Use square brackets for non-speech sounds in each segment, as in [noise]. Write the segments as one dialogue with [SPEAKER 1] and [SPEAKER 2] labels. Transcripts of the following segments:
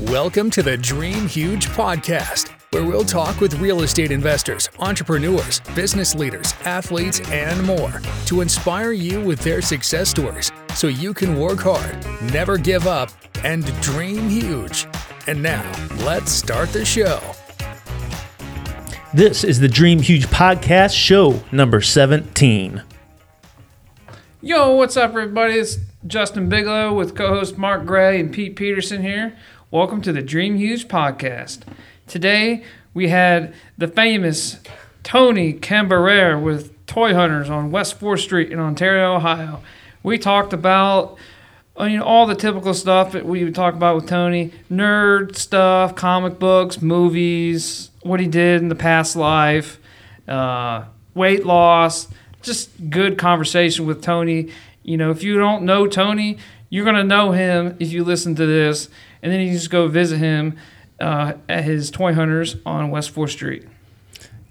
[SPEAKER 1] Welcome to the Dream Huge Podcast, where we'll talk with real estate investors, entrepreneurs, business leaders, athletes, and more to inspire you with their success stories so you can work hard, never give up, and dream huge. And now, let's start the show.
[SPEAKER 2] This is the Dream Huge Podcast, show number 17.
[SPEAKER 3] Yo, what's up, everybody? It's Justin Bigelow with co host Mark Gray and Pete Peterson here. Welcome to the Dream Huge Podcast. Today, we had the famous Tony Camberer with Toy Hunters on West 4th Street in Ontario, Ohio. We talked about I mean, all the typical stuff that we would talk about with Tony nerd stuff, comic books, movies, what he did in the past life, uh, weight loss, just good conversation with Tony. You know, if you don't know Tony, you're going to know him if you listen to this. And then you just go visit him uh, at his Toy Hunters on West 4th Street.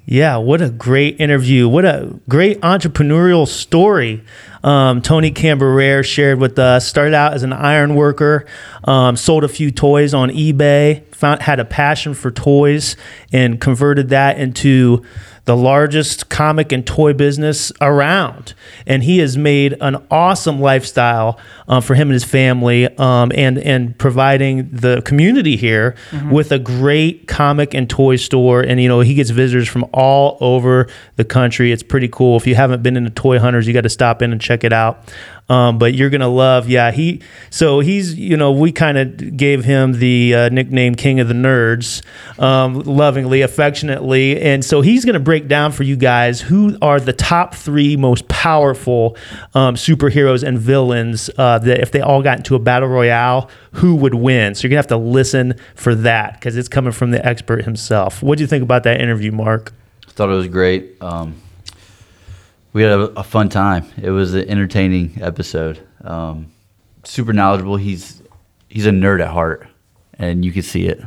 [SPEAKER 2] Yeah, what a great interview. What a great entrepreneurial story um, Tony Camberer shared with us. Started out as an iron worker, um, sold a few toys on eBay, found, had a passion for toys, and converted that into the largest comic and toy business around. And he has made an awesome lifestyle uh, for him and his family um, and, and providing the community here with a great comic and toy store. And, you know, he gets visitors from all over the country. It's pretty cool. If you haven't been into Toy Hunters, you got to stop in and check it out. Um, but you're gonna love, yeah. He so he's you know we kind of gave him the uh, nickname King of the Nerds, um, lovingly, affectionately, and so he's gonna break down for you guys who are the top three most powerful um, superheroes and villains uh, that if they all got into a battle royale, who would win? So you're gonna have to listen for that because it's coming from the expert himself. What do you think about that interview, Mark?
[SPEAKER 4] Thought it was great. Um, we had a, a fun time. It was an entertaining episode. Um, super knowledgeable. He's he's a nerd at heart, and you can see it.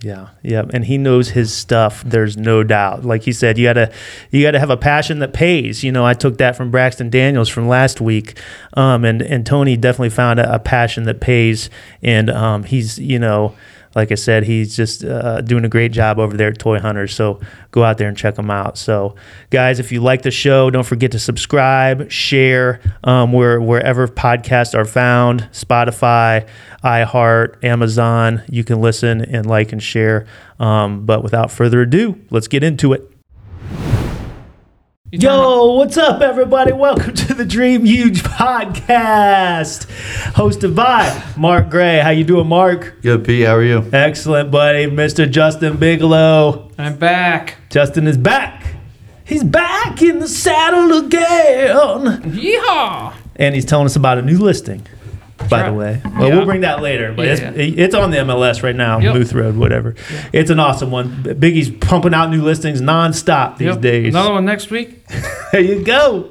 [SPEAKER 2] Yeah, yeah, and he knows his stuff. There's no doubt. Like he said, you gotta, you gotta have a passion that pays. You know, I took that from Braxton Daniels from last week, um, and and Tony definitely found a, a passion that pays, and um, he's you know, like I said, he's just uh, doing a great job over there at Toy Hunters. So go out there and check him out. So guys, if you like the show, don't forget to subscribe, share, um, where wherever podcasts are found, Spotify, iHeart, Amazon. You can listen and like and share. Um, but without further ado, let's get into it.
[SPEAKER 3] You talking
[SPEAKER 2] Yo, what's up, everybody? Welcome to the Dream Huge Podcast, hosted by Mark Gray. How you doing, Mark?
[SPEAKER 4] Good, Pete. How are you?
[SPEAKER 2] Excellent, buddy, Mr. Justin Bigelow.
[SPEAKER 3] about- I'm back.
[SPEAKER 2] Justin is back. He's back in the saddle again,
[SPEAKER 3] Yeehaw!
[SPEAKER 2] and he's telling us about a new listing. By the
[SPEAKER 3] right.
[SPEAKER 2] way, well,
[SPEAKER 3] Yeah.
[SPEAKER 2] we'll bring that later. But it's, it's on the MLS right now,
[SPEAKER 3] Yep.
[SPEAKER 2] Booth Road, whatever. It's an awesome one. Biggie's pumping out new listings nonstop these
[SPEAKER 3] Yep.
[SPEAKER 2] days.
[SPEAKER 3] Another one
[SPEAKER 2] [laughs]
[SPEAKER 3] next week.
[SPEAKER 2] There you go.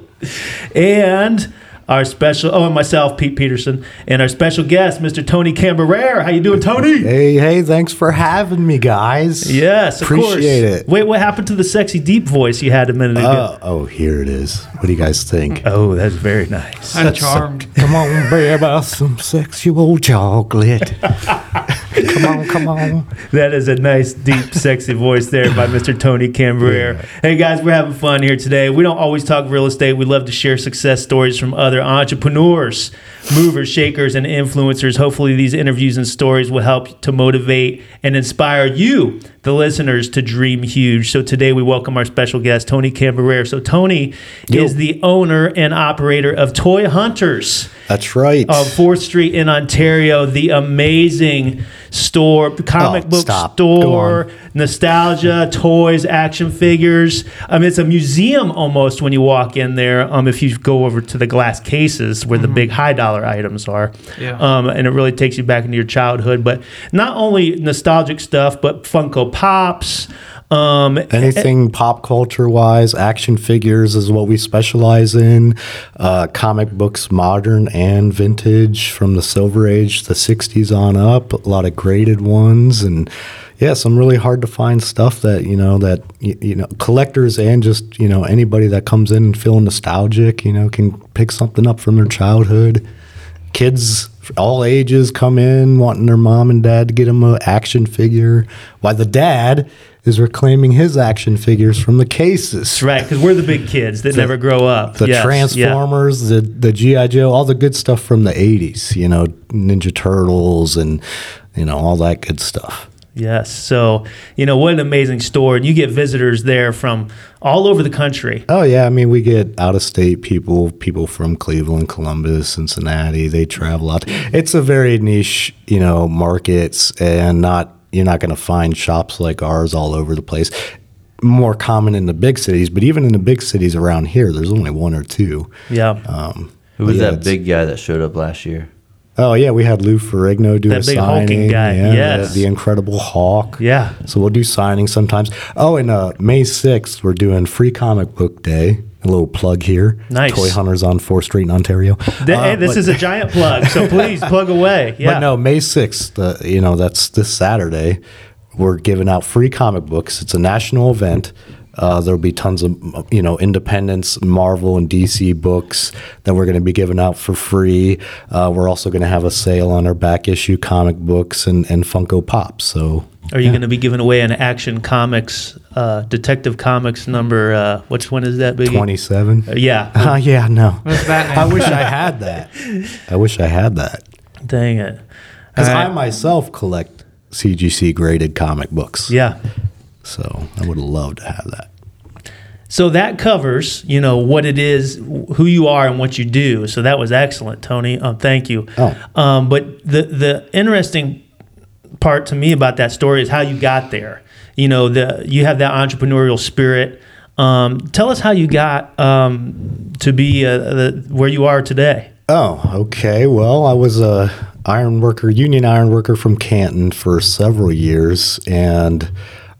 [SPEAKER 2] And our special, oh, and myself, Pete Peterson, and our special guest, Mr. Tony Camberer. How you doing, Tony?
[SPEAKER 5] Hey, hey, thanks for having me, guys.
[SPEAKER 2] Yes, of course.
[SPEAKER 5] appreciate it.
[SPEAKER 2] Wait, what happened to the sexy deep voice you had a minute ago?
[SPEAKER 5] Uh, oh, here it is. What do you
[SPEAKER 2] [laughs]
[SPEAKER 5] guys think?
[SPEAKER 2] Oh, that's very nice.
[SPEAKER 3] I'm charmed.
[SPEAKER 5] Come on, babe, have some
[SPEAKER 2] [laughs]
[SPEAKER 5] sexual chocolate. come on, come on.
[SPEAKER 2] That is a nice, deep, sexy voice there by Mr. Tony Cambrier. Hey guys, we're having fun here today. We don't always talk real estate. We love to share success stories from other entrepreneurs, movers, shakers, and influencers. Hopefully, these interviews and stories will help to motivate and inspire you, the listeners, to dream huge. So today, we welcome our special guest, Tony Cambrier. So Tony is the owner and operator of Toy Hunters
[SPEAKER 5] That's right.
[SPEAKER 2] on Fourth Street in Ontario, the amazing store, comic
[SPEAKER 5] Oh,
[SPEAKER 2] book
[SPEAKER 5] stop.
[SPEAKER 2] store,
[SPEAKER 5] Go
[SPEAKER 2] nostalgia, toys, action figures. I mean, it's a museum almost when you walk in there. Um, if you go over to the glass cases where the big high dollar items are,
[SPEAKER 3] Yeah.
[SPEAKER 2] um, and it really takes you back into your childhood. But not only nostalgic stuff, but Funko Pops. Um,
[SPEAKER 5] Anything pop culture wise, action figures is what we specialize in. Uh, comic books, modern and vintage, from the Silver Age, the 60s on up. A lot of graded ones, and yeah, some really hard to find stuff that you know that y- you know collectors and just you know anybody that comes in and feel nostalgic, you know, can pick something up from their childhood. Kids all ages come in wanting their mom and dad to get them an action figure, while the dad is reclaiming his action figures from the cases.
[SPEAKER 2] Right, because we're the big kids that never grow up.
[SPEAKER 5] The
[SPEAKER 2] Yes, yeah.
[SPEAKER 5] Transformers, the the GI Joe, all the good stuff from the '80s. You know, Ninja Turtles, and you know all that good stuff.
[SPEAKER 2] Yes. So, you know, what an amazing store. And you get visitors there from all over the country.
[SPEAKER 5] Oh yeah, I mean we get out of state people, people from Cleveland, Columbus, Cincinnati. They travel out. It's a very niche, you know, markets, and not you're not going to find shops like ours all over the place. More common in the big cities, but even in the big cities around here, there's only one or two.
[SPEAKER 2] Yeah.
[SPEAKER 5] Um,
[SPEAKER 4] Who was
[SPEAKER 5] yeah,
[SPEAKER 4] that
[SPEAKER 5] it's-
[SPEAKER 4] big guy that showed up last year?
[SPEAKER 5] Oh yeah, we had Lou Ferrigno do
[SPEAKER 2] That
[SPEAKER 5] a
[SPEAKER 2] big hulking
[SPEAKER 5] signing.
[SPEAKER 2] guy,
[SPEAKER 5] Yeah, the-
[SPEAKER 2] yes.
[SPEAKER 5] the, Incredible Hawk.
[SPEAKER 2] Yeah.
[SPEAKER 5] So we'll do signings sometimes. Oh, and uh, May sixth, we're doing Free Comic Book Day. A little plug here.
[SPEAKER 2] Nice.
[SPEAKER 5] Toy Hunters on Fourth Street in Ontario.
[SPEAKER 2] Th-
[SPEAKER 5] Uh,
[SPEAKER 2] hey, this
[SPEAKER 5] but-
[SPEAKER 2] is a giant plug.
[SPEAKER 5] [laughs]
[SPEAKER 2] So please plug away. Yeah.
[SPEAKER 5] But no, May sixth. Uh, you know that's this Saturday. We're giving out free comic books. It's a national event. Uh, there'll be tons of you know Independence, Marvel, and DC books that we're going to be giving out for free. Uh, we're also going to have a sale on our back issue comic books and, and Funko Pops. So
[SPEAKER 2] Are you going to be giving away an Action Comics, uh, Detective Comics number? Uh, which one is that, Biggie?
[SPEAKER 5] twenty seven.
[SPEAKER 2] Uh,
[SPEAKER 5] [laughs]
[SPEAKER 2] yeah.
[SPEAKER 5] Uh, yeah, no.
[SPEAKER 3] That's Batman.
[SPEAKER 5] I wish I had that. [laughs] I wish I had that
[SPEAKER 2] Dang it.
[SPEAKER 5] because
[SPEAKER 2] All right.
[SPEAKER 5] I myself collect CGC graded comic books.
[SPEAKER 2] Yeah.
[SPEAKER 5] So I would love to have that.
[SPEAKER 2] So that covers, you know, what it is, who you are, and what you do. So that was excellent, Tony. Um, thank you.
[SPEAKER 5] Oh.
[SPEAKER 2] Um, but the the interesting part to me about that story is how you got there. You know, the you have that entrepreneurial spirit. Um, tell us how you got um, to be uh, the, where you are today.
[SPEAKER 5] Oh, okay. Well, I was a iron worker, union iron worker from Canton for several years, and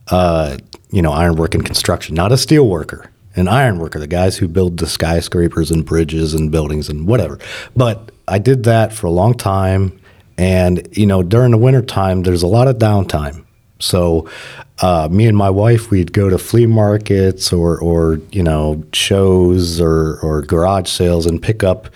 [SPEAKER 5] uh, you know, iron work and construction, not a steel worker, an iron worker, the guys who build the skyscrapers and bridges and buildings and whatever. But I did that for a long time, and you know, during the wintertime, there's a lot of downtime. So, uh, me and my wife, we'd go to flea markets or, or you know, shows or, or garage sales and pick up,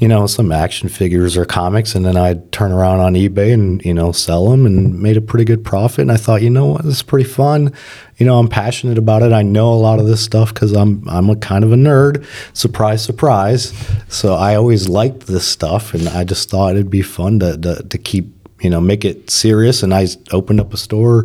[SPEAKER 5] you know, some action figures or comics. And then I'd turn around on eBay and, you know, sell them and made a pretty good profit. And I thought, you know what, this is pretty fun. You know, I'm passionate about it. I know a lot of this stuff because I'm, I'm a kind of a nerd. Surprise, surprise. So I always liked this stuff. And I just thought it'd be fun to, to, to keep you know, make it serious. And I s- opened up a store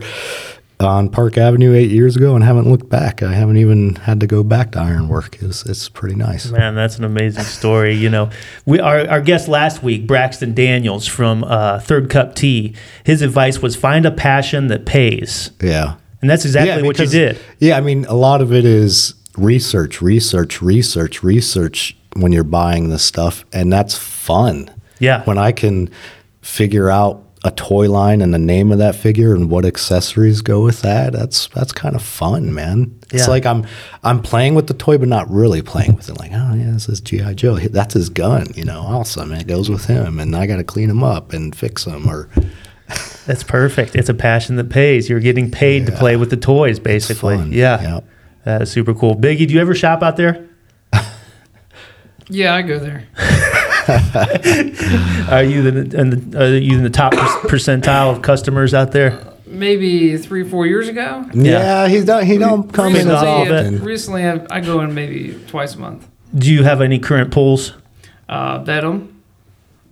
[SPEAKER 5] on Park Avenue eight years ago and haven't looked back. I haven't even had to go back to ironwork. It's, it's pretty nice.
[SPEAKER 2] Man, that's an amazing story. You know, we our, our guest last week, Braxton Daniels from uh, Third Cup Tea. His advice was find a passion that pays,
[SPEAKER 5] Yeah.
[SPEAKER 2] and that's exactly what you
[SPEAKER 5] because-
[SPEAKER 2] did.
[SPEAKER 5] Yeah, I mean, a lot of it is research, research, research, research when you're buying this stuff, and that's fun.
[SPEAKER 2] Yeah.
[SPEAKER 5] When I can figure out a toy line and the name of that figure and what accessories go with that, that's that's kind of fun, man. It's
[SPEAKER 2] Yeah.
[SPEAKER 5] like I'm I'm playing with the toy, but not really playing with it. Like, oh yeah, this is GI Joe. He- That's his gun, you know. Awesome, and it goes with him, and I got to clean him up and fix him or
[SPEAKER 2] That's perfect. It's a passion that pays. You're getting paid to play with the toys, basically.
[SPEAKER 5] fun.
[SPEAKER 2] Yeah.
[SPEAKER 5] Yep.
[SPEAKER 2] That is super cool. Biggie, do you ever shop out there?
[SPEAKER 3] Yeah, I go there.
[SPEAKER 2] Are you the, in the, are you in the top per- [coughs] percentile of customers out there?
[SPEAKER 3] Maybe three, four years ago.
[SPEAKER 2] Yeah.
[SPEAKER 5] Yeah, he don't he don't come in
[SPEAKER 3] recently, uh,
[SPEAKER 5] as
[SPEAKER 2] all of it.
[SPEAKER 5] often.
[SPEAKER 3] recently I, I go in maybe twice a month.
[SPEAKER 2] Do you have any current pulls?
[SPEAKER 3] Uh, Venom.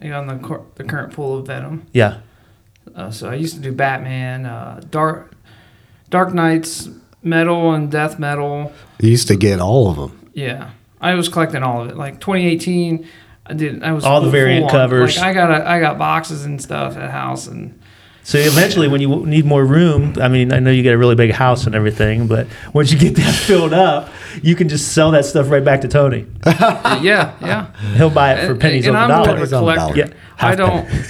[SPEAKER 3] I got on the, cor- the current pool of Venom.
[SPEAKER 2] Yeah.
[SPEAKER 3] Uh, so I used to do Batman, uh, Dark Dark Knights, Metal and Death Metal.
[SPEAKER 5] He used to get all of them.
[SPEAKER 3] Yeah, I was collecting all of it. Like 2018, I did. I was
[SPEAKER 2] All the
[SPEAKER 3] full
[SPEAKER 2] variant
[SPEAKER 3] on.
[SPEAKER 2] covers.
[SPEAKER 3] Like I got a, I got boxes and stuff at house, and
[SPEAKER 2] So eventually, when you w- need more room, I mean, I know you got a really big house and everything, but once you get [laughs] that filled up, you can just sell that stuff right back to Tony.
[SPEAKER 3] yeah, yeah.
[SPEAKER 2] He'll buy it [laughs] for
[SPEAKER 3] And-
[SPEAKER 2] pennies
[SPEAKER 3] and
[SPEAKER 2] on
[SPEAKER 3] I'm
[SPEAKER 2] the
[SPEAKER 3] more
[SPEAKER 2] dollar.
[SPEAKER 3] of a
[SPEAKER 5] Pennies on the
[SPEAKER 3] collector.
[SPEAKER 5] dollar.
[SPEAKER 2] Yeah.
[SPEAKER 3] I
[SPEAKER 5] Half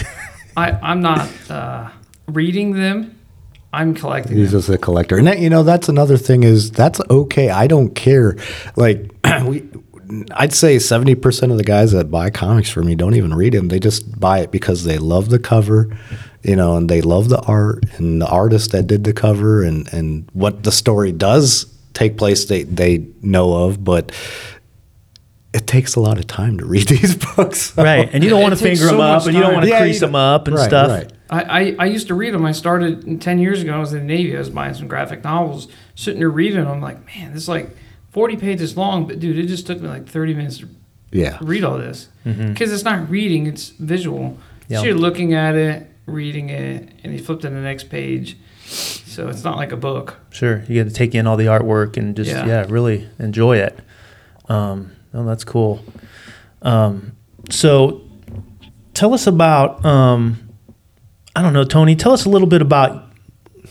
[SPEAKER 3] don't. I I'm not uh, reading them. I'm collecting
[SPEAKER 5] He's
[SPEAKER 3] them.
[SPEAKER 5] just a collector, and that, you know that's another thing is that's okay. I don't care. Like [clears throat] we, I'd say seventy percent of the guys that buy comics for me don't even read them. They just buy it because they love the cover, you know, and they love the art and the artist that did the cover and and what the story does take place. They they know of, but it takes a lot of time to read [laughs] these books. so-
[SPEAKER 2] right. And you don't
[SPEAKER 3] [laughs] It-
[SPEAKER 2] want to
[SPEAKER 3] it takes
[SPEAKER 2] finger them
[SPEAKER 3] so
[SPEAKER 2] up,
[SPEAKER 3] much
[SPEAKER 2] and you don't
[SPEAKER 3] time.
[SPEAKER 2] want to
[SPEAKER 5] Yeah,
[SPEAKER 2] crease
[SPEAKER 5] you-
[SPEAKER 2] them up and
[SPEAKER 5] right,
[SPEAKER 2] stuff.
[SPEAKER 5] Right.
[SPEAKER 3] I, I, I used to read them. I started 10 years ago. I was in the Navy. I was buying some graphic novels, sitting there reading them. I'm like, man, this is like 40 pages long, but dude, it just took me like 30 minutes to
[SPEAKER 5] Yeah.
[SPEAKER 3] read all this. Because it's not reading, it's visual.
[SPEAKER 2] Yeah.
[SPEAKER 3] So you're looking at it, reading it, and you flip to the next page. So it's not like a book.
[SPEAKER 2] Sure. You got to take in all the artwork and just, yeah,
[SPEAKER 3] Yeah.
[SPEAKER 2] really enjoy it. Um, oh, that's cool. Um, so tell us about, um, I don't know, Tony, tell us a little bit about,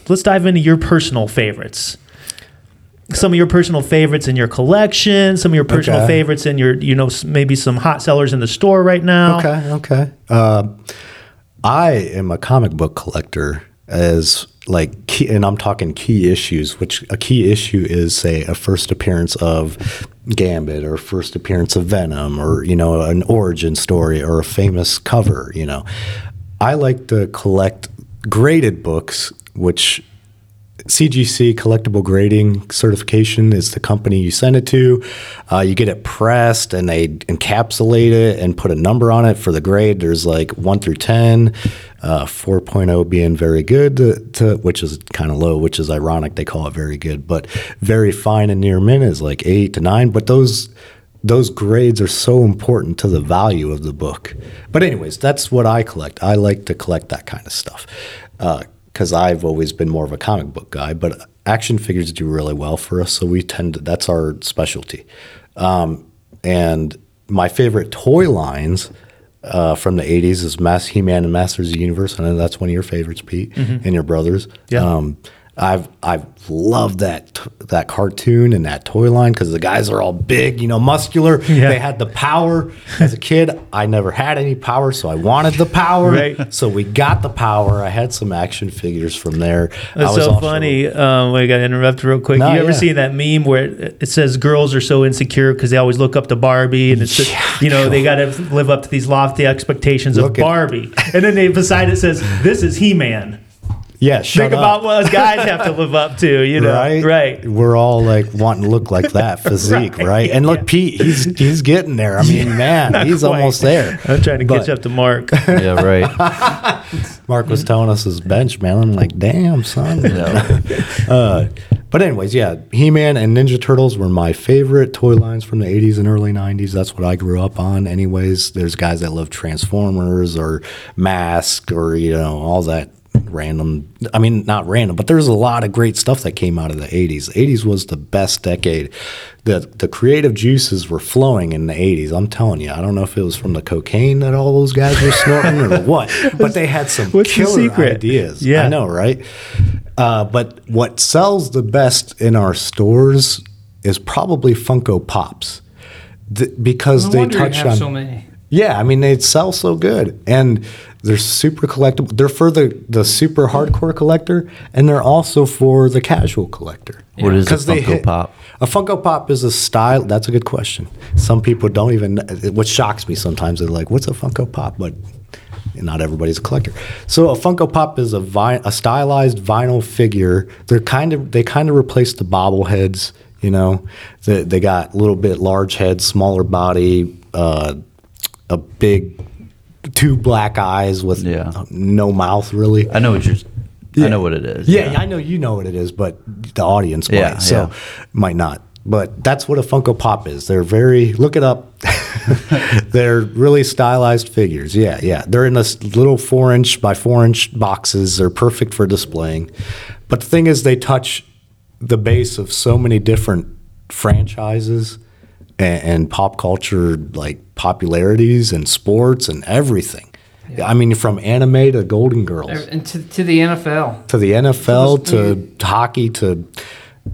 [SPEAKER 2] let's dive into your personal favorites. Some of your personal favorites in your collection, some of your personal
[SPEAKER 5] Okay.
[SPEAKER 2] favorites in your, you know, s- maybe some hot sellers in the store right now.
[SPEAKER 5] Okay, okay. Uh, I am a comic book collector, as like, key, and I'm talking key issues. Which a key issue is, say, a first appearance of Gambit, or first appearance of Venom, or you know, an origin story, or a famous cover. You know, I like to collect graded books, which CGC collectible grading certification is the company you send it to. Uh, you get it pressed and they encapsulate it and put a number on it for the grade. There's like 1 through 10, uh, 4.0 being very good, to, to, which is kind of low, which is ironic. They call it very good, but very fine and near min is like 8 to 9. But those those grades are so important to the value of the book. But anyways, that's what I collect. I like to collect that kind of stuff Uh, because I've always been more of a comic book guy. But action figures do really well for us, so we tend to, that's our specialty. Um, and my favorite toy lines uh, from the '80s is Mass He-Man and Masters of the Universe. I know that's one of your favorites, Pete, and your brothers.
[SPEAKER 2] Mm-hmm. Yeah.
[SPEAKER 5] Um, I've I've loved that t- that cartoon and that toy line because the guys are all big, you know, muscular.
[SPEAKER 2] Yeah.
[SPEAKER 5] They had the power as a kid. I never had any power, so I wanted the power.
[SPEAKER 2] Right.
[SPEAKER 5] [laughs] So we got the power. I had some action figures from there. I
[SPEAKER 2] That's
[SPEAKER 5] was
[SPEAKER 2] so
[SPEAKER 5] also-
[SPEAKER 2] funny. Um, we got to interrupt real quick.
[SPEAKER 5] No,
[SPEAKER 2] you ever
[SPEAKER 5] yeah.
[SPEAKER 2] seen that meme where it it says girls are so insecure because they always look up to Barbie and it's just, you
[SPEAKER 5] [laughs]
[SPEAKER 2] know they got to live up to these lofty expectations
[SPEAKER 5] Look
[SPEAKER 2] of
[SPEAKER 5] at-
[SPEAKER 2] Barbie, and then they beside it says this is He Man.
[SPEAKER 5] Yeah, shut
[SPEAKER 2] Think
[SPEAKER 5] up.
[SPEAKER 2] about what us guys have to live up to, you know?
[SPEAKER 5] right?
[SPEAKER 2] right.
[SPEAKER 5] We're all like wanting to
[SPEAKER 2] [laughs]
[SPEAKER 5] look like that physique, right? And look, Pete, he's he's getting there.
[SPEAKER 2] [laughs]
[SPEAKER 5] I mean, man, he's
[SPEAKER 2] quite.
[SPEAKER 5] almost there.
[SPEAKER 2] I'm trying to catch
[SPEAKER 5] But-
[SPEAKER 2] up to Mark.
[SPEAKER 4] [laughs] Yeah, right.
[SPEAKER 5] Mark was telling us his bench, man. I'm like, damn, son.
[SPEAKER 4] Yeah.
[SPEAKER 5] Uh, but anyways, yeah, He-Man and Ninja Turtles were my favorite toy lines from the 80s and early 90s. That's what I grew up on. Anyways, there's guys that love Transformers or Mask or you know all that random. I mean, not random, but there's a lot of great stuff that came out of the 80s. The 80s was the best decade. The the creative juices were flowing in the 80s. I'm telling you. I don't know if it was from the cocaine that all those guys were
[SPEAKER 2] [laughs]
[SPEAKER 5] snorting or what, but they had some
[SPEAKER 2] What's the
[SPEAKER 5] killer
[SPEAKER 2] secret?
[SPEAKER 5] ideas.
[SPEAKER 2] Yeah.
[SPEAKER 5] I know, right? Uh, but what sells the best in our stores is probably Funko Pops Th- because
[SPEAKER 3] No
[SPEAKER 5] they
[SPEAKER 3] wonder you
[SPEAKER 5] touch
[SPEAKER 3] have
[SPEAKER 5] on.
[SPEAKER 3] so many.
[SPEAKER 5] yeah, I mean, they sell so good. And they're super collectible. They're for the, the super hardcore collector, and they're also for the casual collector.
[SPEAKER 4] What is a
[SPEAKER 5] 'Cause they
[SPEAKER 4] Funko
[SPEAKER 5] hit-
[SPEAKER 4] Pop?
[SPEAKER 5] A Funko Pop is a style. That's a good question. Some people don't even. What shocks me sometimes, they're like, "What's a Funko Pop?" But not everybody's a collector. So a Funko Pop is a vi- a stylized vinyl figure. They're kind of they kind of replaced the bobbleheads. You know, they, they got a little bit large head, smaller body, uh, a big two black eyes with
[SPEAKER 4] Yeah.
[SPEAKER 5] no mouth really.
[SPEAKER 4] I know what you're. I know what it is.
[SPEAKER 5] Yeah, I know you know what it is, but the audience
[SPEAKER 4] Yeah,
[SPEAKER 5] might, so might not. But that's what a Funko Pop is. They're very look it up. [laughs] They're really stylized figures. Yeah, yeah. They're in this little four inch by four inch boxes. They're perfect for displaying. But the thing is, they touch the base of so many different franchises and, and pop culture like popularities and sports and everything. I mean, from anime to Golden Girls
[SPEAKER 3] And to, to the NFL.
[SPEAKER 5] to the NFL
[SPEAKER 3] So
[SPEAKER 5] to, hockey to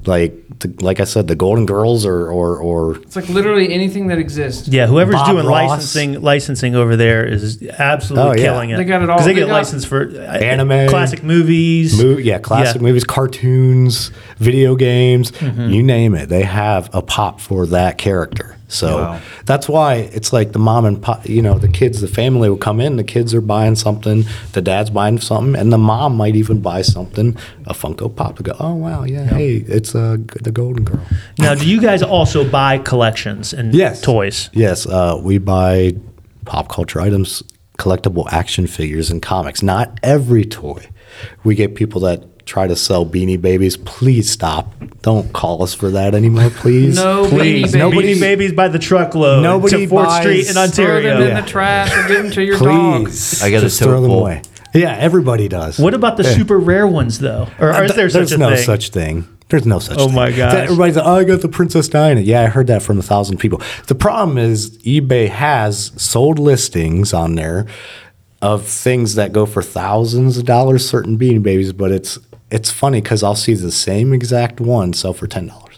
[SPEAKER 5] like to, like I said, the Golden Girls or or, or
[SPEAKER 3] It's like literally anything that exists.
[SPEAKER 2] Yeah, whoever's
[SPEAKER 5] Bob
[SPEAKER 2] doing
[SPEAKER 5] Ross.
[SPEAKER 2] licensing licensing over there is absolutely
[SPEAKER 5] Oh, yeah.
[SPEAKER 2] killing it.
[SPEAKER 3] They got it all.
[SPEAKER 2] 'Cause They,
[SPEAKER 3] They
[SPEAKER 2] get
[SPEAKER 3] got-
[SPEAKER 2] licensed for uh,
[SPEAKER 5] Anime.
[SPEAKER 2] classic movies.
[SPEAKER 5] mo- yeah, classic
[SPEAKER 2] Yeah.
[SPEAKER 5] movies, cartoons, video games, you name it. They have a pop for that character. So
[SPEAKER 4] Wow.
[SPEAKER 5] that's why it's like the mom and pop, you know, the kids, the family will come in, the kids are buying something, the dad's buying something, and the mom might even buy something, a Funko Pop, to go, oh, wow, yeah, hey, it's uh, g- the Golden Girl.
[SPEAKER 2] Now, do you guys also buy collections and
[SPEAKER 5] Yes.
[SPEAKER 2] toys?
[SPEAKER 5] Yes, uh, we buy pop culture items, collectible action figures, and comics. Not every toy. We get people that try to sell beanie babies. Please stop. Don't call us for that anymore,
[SPEAKER 3] [laughs]
[SPEAKER 5] please.
[SPEAKER 3] No
[SPEAKER 2] Please,
[SPEAKER 3] Beanie
[SPEAKER 2] nobody
[SPEAKER 3] Nobody-
[SPEAKER 2] babies. by the truckload
[SPEAKER 5] Nobody
[SPEAKER 2] to Fourth
[SPEAKER 5] buys-
[SPEAKER 2] Street in
[SPEAKER 3] Throw them
[SPEAKER 2] Ontario.
[SPEAKER 3] in the trash or give them to your dog.
[SPEAKER 5] Please.
[SPEAKER 4] I got a
[SPEAKER 5] Just throw
[SPEAKER 4] tote
[SPEAKER 5] them
[SPEAKER 4] full.
[SPEAKER 5] away. Yeah, everybody does.
[SPEAKER 2] What about the super rare ones, though? Or
[SPEAKER 5] Uh,
[SPEAKER 2] is
[SPEAKER 5] th-
[SPEAKER 2] there such
[SPEAKER 5] There's
[SPEAKER 2] a
[SPEAKER 5] no
[SPEAKER 2] thing?
[SPEAKER 5] such thing. There's no such
[SPEAKER 2] Oh
[SPEAKER 5] thing.
[SPEAKER 2] my gosh.
[SPEAKER 5] That- Everybody's like, oh, I got the Princess Diana. Yeah, I heard that from a thousand people. The problem is eBay has sold listings on there of things that go for thousands of dollars, certain beanie babies, but it's it's funny because I'll see the same exact one sell for ten dollars.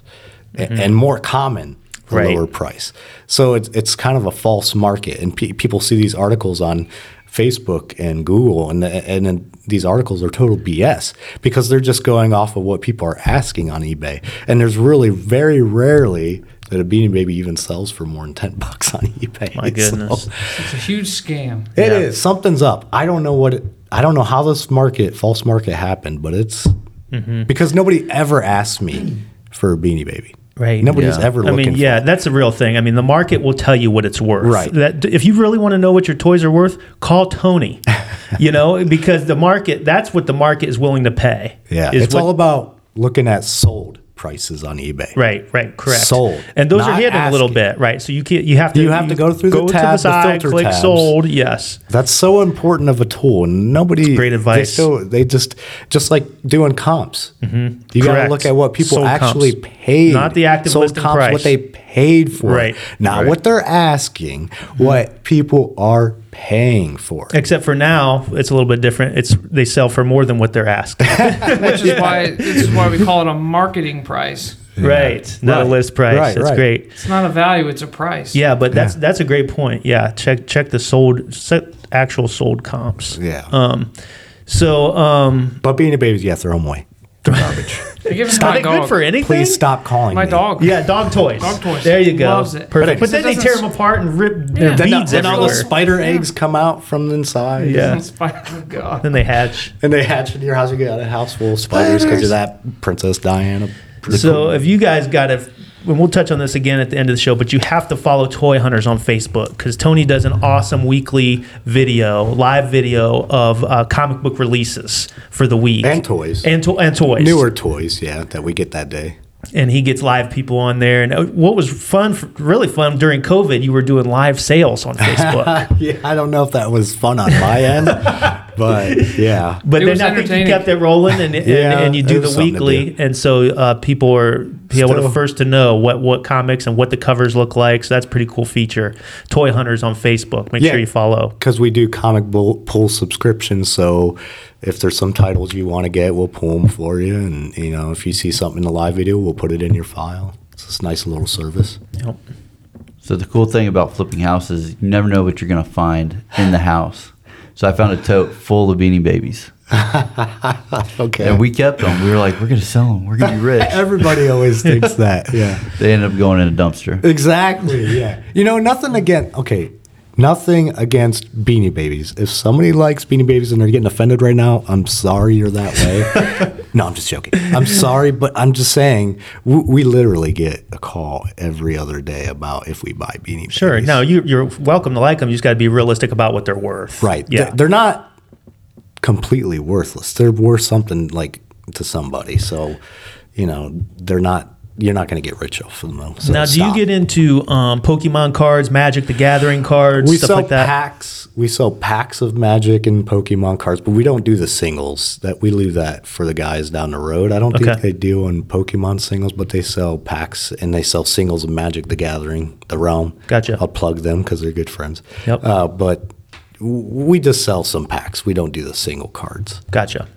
[SPEAKER 5] And more common
[SPEAKER 2] Mm-hmm.
[SPEAKER 5] for
[SPEAKER 2] Right.
[SPEAKER 5] lower price. So it's it's kind of a false market, and pe- people see these articles on Facebook and Google, and the, and then these articles are total BS because they're just going off of what people are asking on eBay, and there's really very rarely that a Beanie Baby even sells for more than ten bucks on eBay. [laughs]
[SPEAKER 2] My goodness.
[SPEAKER 3] It's a huge scam.
[SPEAKER 5] It is something's up. I don't know what it, I don't know how this market false market happened, but it's
[SPEAKER 2] Mm-hmm.
[SPEAKER 5] because nobody ever asked me for a Beanie Baby.
[SPEAKER 2] Right.
[SPEAKER 5] Nobody's
[SPEAKER 4] Yeah.
[SPEAKER 5] ever
[SPEAKER 2] I
[SPEAKER 5] looking.
[SPEAKER 2] mean,
[SPEAKER 5] for
[SPEAKER 2] yeah, that's a real thing. I mean, the market will tell you what it's worth.
[SPEAKER 5] Right.
[SPEAKER 2] That if you really want to know what your toys are worth, call
[SPEAKER 5] [laughs]
[SPEAKER 2] Tony. you know, because the market that's what the market is willing to pay.
[SPEAKER 5] Yeah,
[SPEAKER 2] is
[SPEAKER 5] it's
[SPEAKER 2] what-
[SPEAKER 5] all about looking at sold prices on eBay.
[SPEAKER 2] Right, right, correct.
[SPEAKER 5] Sold,
[SPEAKER 2] and those are
[SPEAKER 5] not
[SPEAKER 2] hidden a little
[SPEAKER 5] asking.
[SPEAKER 2] bit, right? So you can't, you have to,
[SPEAKER 5] You have to go through the tab, the filter
[SPEAKER 2] click
[SPEAKER 5] tabs.
[SPEAKER 2] sold. Yes,
[SPEAKER 5] That's so important of a tool, and nobody
[SPEAKER 2] Great
[SPEAKER 5] They,
[SPEAKER 2] advice.
[SPEAKER 5] still, they just just like doing comps. Mm-hmm. You got to
[SPEAKER 2] Correct.
[SPEAKER 5] look at what people
[SPEAKER 2] Sold
[SPEAKER 5] actually
[SPEAKER 2] comps.
[SPEAKER 5] paid,
[SPEAKER 2] Not the active
[SPEAKER 5] sold
[SPEAKER 2] listing
[SPEAKER 5] comps,
[SPEAKER 2] price.
[SPEAKER 5] what they paid for,
[SPEAKER 2] Right.
[SPEAKER 5] Not
[SPEAKER 2] Right. Mm-hmm.
[SPEAKER 5] what they're asking, what people are paying for.
[SPEAKER 2] except for now, it's a little bit different. It's they sell for more than what they're
[SPEAKER 5] [laughs]
[SPEAKER 2] asking.
[SPEAKER 3] Which is why this is why we call it a marketing price.
[SPEAKER 2] right, not a
[SPEAKER 5] Right,
[SPEAKER 2] list price.
[SPEAKER 5] right,
[SPEAKER 2] that's
[SPEAKER 5] right.
[SPEAKER 2] great.
[SPEAKER 3] It's not a value, it's a price.
[SPEAKER 2] Yeah, but that's that's a great point. Yeah, check check the sold se- actual sold comps.
[SPEAKER 5] Yeah,
[SPEAKER 2] um, So um,
[SPEAKER 5] but being a baby, yeah, throw them away. Garbage.
[SPEAKER 3] They give it to
[SPEAKER 2] are
[SPEAKER 3] my
[SPEAKER 2] they
[SPEAKER 3] dog.
[SPEAKER 2] good for anything?
[SPEAKER 5] Please stop calling
[SPEAKER 3] My
[SPEAKER 5] me.
[SPEAKER 3] dog. [laughs]
[SPEAKER 2] Yeah, dog toys.
[SPEAKER 3] Dog toys.
[SPEAKER 2] There you go.
[SPEAKER 3] Loves it.
[SPEAKER 2] Perfect. But,
[SPEAKER 3] But
[SPEAKER 2] then
[SPEAKER 3] it
[SPEAKER 2] they tear
[SPEAKER 3] doesn't-
[SPEAKER 2] them apart and rip their
[SPEAKER 5] Then,
[SPEAKER 2] beads
[SPEAKER 5] then all the
[SPEAKER 2] everywhere.
[SPEAKER 5] spider eggs come out from inside.
[SPEAKER 2] yeah.
[SPEAKER 3] It's fine. Oh, God.
[SPEAKER 2] Then they hatch.
[SPEAKER 5] And they hatch into your house. You get a house full of spiders because of that Princess Diana.
[SPEAKER 2] So if you guys got to, and we'll touch on this again at the end of the show, but you have to follow Toy Hunters on Facebook because Tony does an awesome weekly video, live video of uh, comic book releases for the week
[SPEAKER 5] And toys.
[SPEAKER 2] and, to- and toys
[SPEAKER 5] Newer toys, yeah, that we get that day.
[SPEAKER 2] and he gets live people on there. And uh, what was fun, really fun during COVID, you were doing live sales on
[SPEAKER 5] [laughs]
[SPEAKER 2] Facebook.
[SPEAKER 5] [laughs] Yeah, I don't know if that was fun on my [laughs] end, but yeah.
[SPEAKER 2] But
[SPEAKER 3] It
[SPEAKER 2] then
[SPEAKER 3] was
[SPEAKER 2] I think you
[SPEAKER 3] entertaining.
[SPEAKER 2] kept it rolling,
[SPEAKER 5] [laughs]
[SPEAKER 2] and and,
[SPEAKER 5] Yeah,
[SPEAKER 2] and you do
[SPEAKER 5] it
[SPEAKER 2] the
[SPEAKER 5] was something to
[SPEAKER 2] weekly, and so uh, people are be able to
[SPEAKER 5] Still-
[SPEAKER 2] first to know what what comics and what the covers look like. So that's a pretty cool feature. Toy hunters on Facebook. Make
[SPEAKER 5] Yeah.
[SPEAKER 2] sure you follow.
[SPEAKER 5] Because we do comic bo- pull subscriptions, so if there's some titles you want to get, we'll pull them for you. And, you know, if you see something in the live video, we'll put it in your file. It's just a nice little service.
[SPEAKER 2] Yep.
[SPEAKER 4] So the cool thing about flipping houses, you never know what you're gonna find in the house. So I found a tote full of Beanie Babies,
[SPEAKER 5] Okay.
[SPEAKER 4] and we kept them. We were like, we're gonna sell them. We're gonna be
[SPEAKER 5] [laughs]
[SPEAKER 4] rich.
[SPEAKER 5] Everybody always thinks that, yeah.
[SPEAKER 4] They ended up going in a
[SPEAKER 5] [laughs]
[SPEAKER 4] dumpster.
[SPEAKER 5] Exactly. Yeah. You know, nothing against. Okay, nothing against Beanie Babies. If somebody likes Beanie Babies and they're getting offended right now, I'm sorry you're that way. no, I'm just joking. I'm sorry, but I'm just saying we, we literally get a call every other day about if we buy Beanie Babies.
[SPEAKER 2] Sure. No, you, you're welcome to like them. You just got to be realistic about what they're worth.
[SPEAKER 5] Right.
[SPEAKER 2] Yeah.
[SPEAKER 5] They're, they're not completely worthless. They're worth something like to somebody. So, you know, they're not. You're not going to get rich off of them. So
[SPEAKER 2] now, do
[SPEAKER 5] stop.
[SPEAKER 2] you get into um, Pokemon cards, Magic the Gathering cards,
[SPEAKER 5] we
[SPEAKER 2] stuff
[SPEAKER 5] sell
[SPEAKER 2] like that?
[SPEAKER 5] packs. We sell packs of Magic and Pokemon cards, but we don't do the singles. That we leave that for the guys down the road. I don't
[SPEAKER 2] Okay.
[SPEAKER 5] think they do on Pokemon singles, but they sell packs and they sell singles of Magic: The Gathering, The Realm.
[SPEAKER 2] Gotcha.
[SPEAKER 5] I'll plug them because they're good friends.
[SPEAKER 2] Yep.
[SPEAKER 5] Uh, but w- we just sell some packs. We don't do the single cards.
[SPEAKER 2] Gotcha.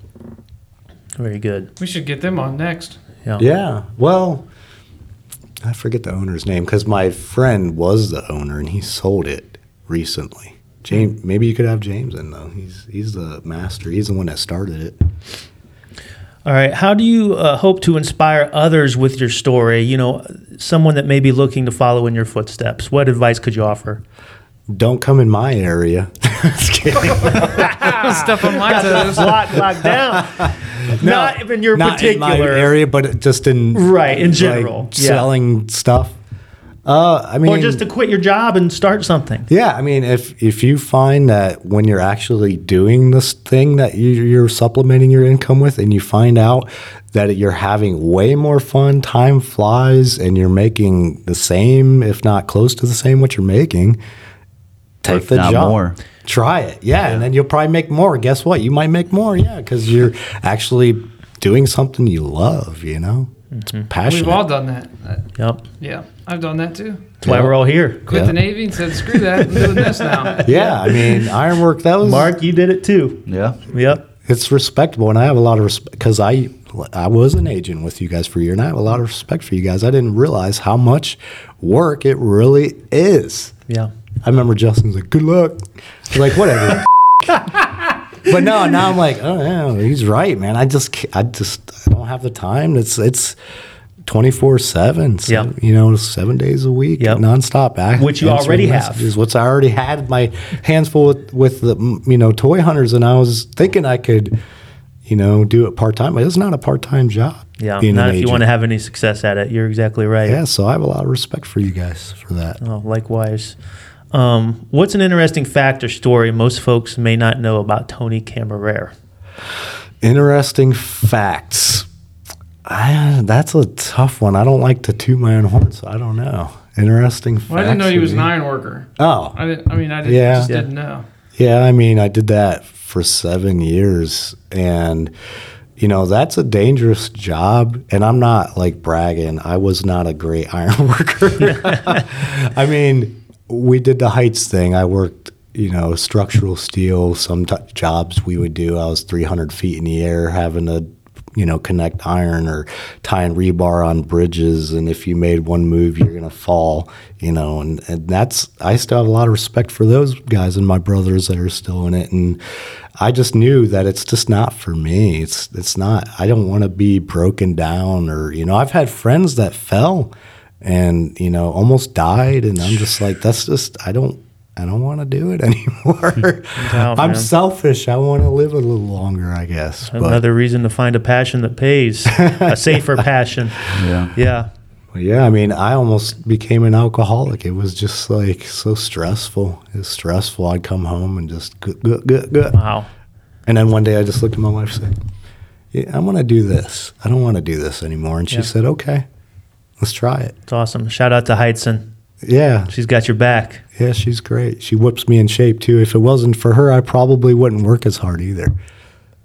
[SPEAKER 2] Very good.
[SPEAKER 3] We should get them on next.
[SPEAKER 5] Yeah. Well, I forget the owner's name because my friend was the owner and he sold it recently. James,
[SPEAKER 2] Hmm.
[SPEAKER 5] maybe you could have James in though. He's he's the master. He's the one that started it.
[SPEAKER 2] All right. How do you uh, hope to inspire others with your story? You know, someone that may be looking to follow in your footsteps. What advice could you offer?
[SPEAKER 5] Don't come in my area. [laughs]
[SPEAKER 2] [laughs]
[SPEAKER 5] Just kidding.
[SPEAKER 3] Stuff on my toes.
[SPEAKER 2] Lock, lock
[SPEAKER 5] [laughs]
[SPEAKER 2] down. not even your
[SPEAKER 5] Not in my
[SPEAKER 2] particular
[SPEAKER 5] area, but just in
[SPEAKER 2] Right, in general. Yeah.
[SPEAKER 5] selling stuff. Uh, I mean,
[SPEAKER 2] or just to quit your job and start something.
[SPEAKER 5] Yeah, I mean, if if you find that when you're actually doing this thing that you, you're supplementing your income with, and you find out that you're having way more fun, time flies, and you're making the same, if not close to the same, what you're making, take
[SPEAKER 4] If
[SPEAKER 5] the
[SPEAKER 4] not
[SPEAKER 5] job.
[SPEAKER 4] more.
[SPEAKER 5] Try it, yeah, and then you'll probably make more. Guess what? You might make more, yeah, because you're actually doing something you love. You know, it's
[SPEAKER 4] Mm-hmm.
[SPEAKER 5] passionate.
[SPEAKER 3] We've all done that. Uh,
[SPEAKER 2] Yep.
[SPEAKER 3] Yeah, I've done that too.
[SPEAKER 2] That's why we're all here.
[SPEAKER 3] Quit
[SPEAKER 5] Yeah.
[SPEAKER 3] the Navy and said, screw that. I'm doing this now.
[SPEAKER 5] [laughs] yeah, I mean, ironwork. That was
[SPEAKER 2] Mark, you did it too.
[SPEAKER 4] Yeah.
[SPEAKER 2] Yep.
[SPEAKER 5] it's respectable and i have a lot of respect because i i was an agent with you guys for a year and i have a lot of respect for you guys i didn't realize how much work it really is
[SPEAKER 2] Yeah.
[SPEAKER 5] i remember justin's like good luck I was like
[SPEAKER 2] [laughs]
[SPEAKER 5] whatever but no now i'm like oh yeah he's right man i just ca- i just i don't have the time it's it's 24 7 so,
[SPEAKER 2] Yeah.
[SPEAKER 5] you know seven days a week
[SPEAKER 2] Yep.
[SPEAKER 5] nonstop I-
[SPEAKER 2] Which you
[SPEAKER 5] answering
[SPEAKER 2] already have.
[SPEAKER 5] messages, which i already had my hands full with, with the mm, you know toy hunters and i was thinking i could you know do it part-time but it's not a part-time job
[SPEAKER 2] Yeah.
[SPEAKER 5] being
[SPEAKER 2] Not
[SPEAKER 5] an
[SPEAKER 2] if you want to
[SPEAKER 5] agent.
[SPEAKER 2] have any success at it. You're exactly right.
[SPEAKER 5] yeah so i have a lot of respect for you guys for that
[SPEAKER 2] Oh, likewise. Um, what's an interesting fact or story most folks may not know about Tony Camerare?
[SPEAKER 5] Interesting facts. I, that's a tough one. I don't like to toot my own horn, so I don't know. Interesting facts.
[SPEAKER 3] Well, I didn't know he
[SPEAKER 5] would
[SPEAKER 3] was
[SPEAKER 5] be-
[SPEAKER 3] an iron worker.
[SPEAKER 5] Oh,
[SPEAKER 3] I, didn't, I mean, I didn't,
[SPEAKER 5] Yeah.
[SPEAKER 3] just
[SPEAKER 5] Yeah.
[SPEAKER 3] didn't know.
[SPEAKER 5] yeah. I mean, I did that for seven years, and you know that's a dangerous job. And I'm not like bragging. I was not a great [laughs] iron worker. [laughs] I mean, we did the heights thing. I worked, you know, structural steel. Some t- jobs we would do. I was 300 feet in the air, having to, you know, connect iron or tie in rebar on bridges. And if you made one move, you're gonna fall. You know, and and that's I still have a lot of respect for those guys and my brothers that are still in it. And I just knew that it's just not for me. It's it's not. I don't want to be broken down or you know. I've had friends that fell and you know almost died and i'm just like that's just i don't i don't want to do it [laughs] anymore
[SPEAKER 2] [laughs]
[SPEAKER 5] i'm
[SPEAKER 2] man.
[SPEAKER 5] selfish i want to live a little longer i guess but,
[SPEAKER 2] Another reason to find a passion that pays,
[SPEAKER 5] [laughs]
[SPEAKER 2] a safer passion.
[SPEAKER 4] Yeah.
[SPEAKER 2] Yeah.
[SPEAKER 5] but yeah i mean i almost became an alcoholic it was just like so stressful it was stressful i'd come home and just good good good good
[SPEAKER 2] Wow.
[SPEAKER 5] and then one day i just looked at my wife and said yeah, i want to do this i don't want to do this anymore and she
[SPEAKER 2] Yeah.
[SPEAKER 5] said okay let's try it
[SPEAKER 2] It's awesome. Shout out to Heidson.
[SPEAKER 5] yeah
[SPEAKER 2] She's got your back.
[SPEAKER 5] Yeah, she's great. She whips me in shape too. If it wasn't for her, I probably wouldn't work as hard either.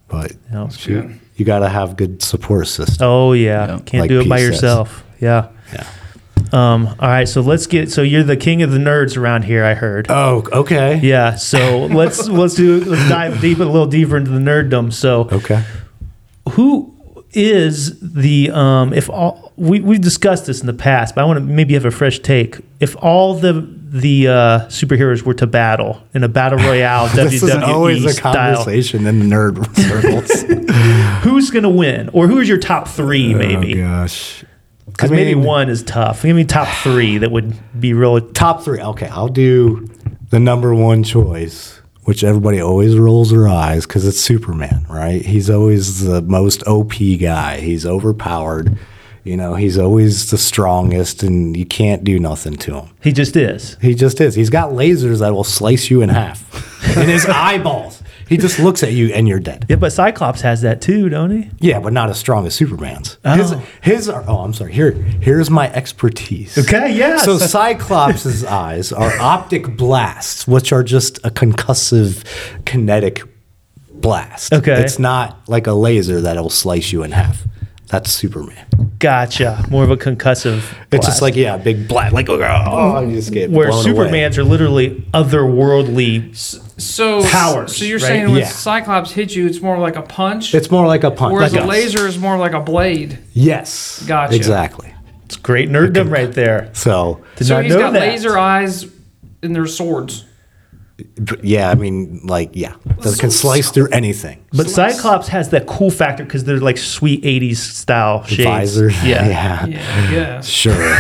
[SPEAKER 5] But
[SPEAKER 2] Yeah.
[SPEAKER 5] she, you got to have good support system.
[SPEAKER 2] Oh yeah,
[SPEAKER 4] Yeah.
[SPEAKER 2] can't
[SPEAKER 5] Like
[SPEAKER 2] do it by
[SPEAKER 5] P says.
[SPEAKER 2] yourself. Yeah.
[SPEAKER 5] Yeah.
[SPEAKER 2] Um, all right, so let's get. So you're the king of the nerds around here. I heard.
[SPEAKER 5] Oh, okay.
[SPEAKER 2] yeah. So
[SPEAKER 5] [laughs]
[SPEAKER 2] let's let's do let's dive deep a little deeper into the nerddom. So
[SPEAKER 5] Okay.
[SPEAKER 2] who is the um if all we we've discussed this in the past, but I want to maybe have a fresh take. If all the the uh, superheroes were to battle in a battle
[SPEAKER 5] [laughs]
[SPEAKER 2] royale WWE
[SPEAKER 5] This is always a
[SPEAKER 2] E style.
[SPEAKER 5] conversation in
[SPEAKER 2] [laughs]
[SPEAKER 5] the nerd circles.
[SPEAKER 2] Who's gonna win, or who's your top three? Maybe
[SPEAKER 5] Oh, gosh.
[SPEAKER 2] Because
[SPEAKER 5] I
[SPEAKER 2] maybe
[SPEAKER 5] mean,
[SPEAKER 2] one is tough. Give me top three that would be real.
[SPEAKER 5] Top three. Okay. I'll do the number one choice, which everybody always rolls their eyes because it's Superman, right? He's always the most OP guy. He's overpowered. You know, he's always the strongest, and you can't do nothing to him.
[SPEAKER 2] He just is.
[SPEAKER 5] He just is. He's got lasers that will slice you
[SPEAKER 2] [laughs]
[SPEAKER 5] in half in his eyeballs. He just looks at you and you're dead.
[SPEAKER 2] Yeah, but Cyclops has that too, don't he?
[SPEAKER 5] Yeah, but not as strong as Superman's. His, his are, oh, I'm sorry. Here, here's my expertise.
[SPEAKER 2] Okay, yes.
[SPEAKER 5] So Cyclops' [laughs] eyes are optic blasts, which are just a concussive kinetic blast.
[SPEAKER 2] Okay.
[SPEAKER 5] It's not like a laser that'll slice you in half. That's Superman.
[SPEAKER 2] Gotcha. More of a concussive.
[SPEAKER 5] It's just
[SPEAKER 2] blast.
[SPEAKER 5] like, yeah, a big blast. Like, oh, you just get
[SPEAKER 2] where
[SPEAKER 5] blown away.
[SPEAKER 2] Superman's are literally otherworldly.
[SPEAKER 3] So,
[SPEAKER 2] Powers,
[SPEAKER 3] so you're
[SPEAKER 2] right?
[SPEAKER 3] saying when
[SPEAKER 5] Yeah.
[SPEAKER 3] Cyclops hits you, it's more like a punch?
[SPEAKER 5] It's more like a punch.
[SPEAKER 3] whereas
[SPEAKER 5] like
[SPEAKER 3] a laser is more like a blade.
[SPEAKER 5] Yes.
[SPEAKER 3] Gotcha.
[SPEAKER 5] Exactly.
[SPEAKER 2] It's great nerddom right there.
[SPEAKER 5] So
[SPEAKER 2] Did
[SPEAKER 3] So
[SPEAKER 2] not
[SPEAKER 3] he's
[SPEAKER 2] know
[SPEAKER 3] got
[SPEAKER 2] that.
[SPEAKER 3] laser eyes and their swords.
[SPEAKER 5] Yeah, I mean, like, yeah, that can slice through anything.
[SPEAKER 2] But Cyclops has that cool factor because they're like sweet 80s style shades.
[SPEAKER 5] Visor. [laughs]
[SPEAKER 2] Yeah.
[SPEAKER 5] yeah.
[SPEAKER 3] Yeah, yeah.
[SPEAKER 5] Sure.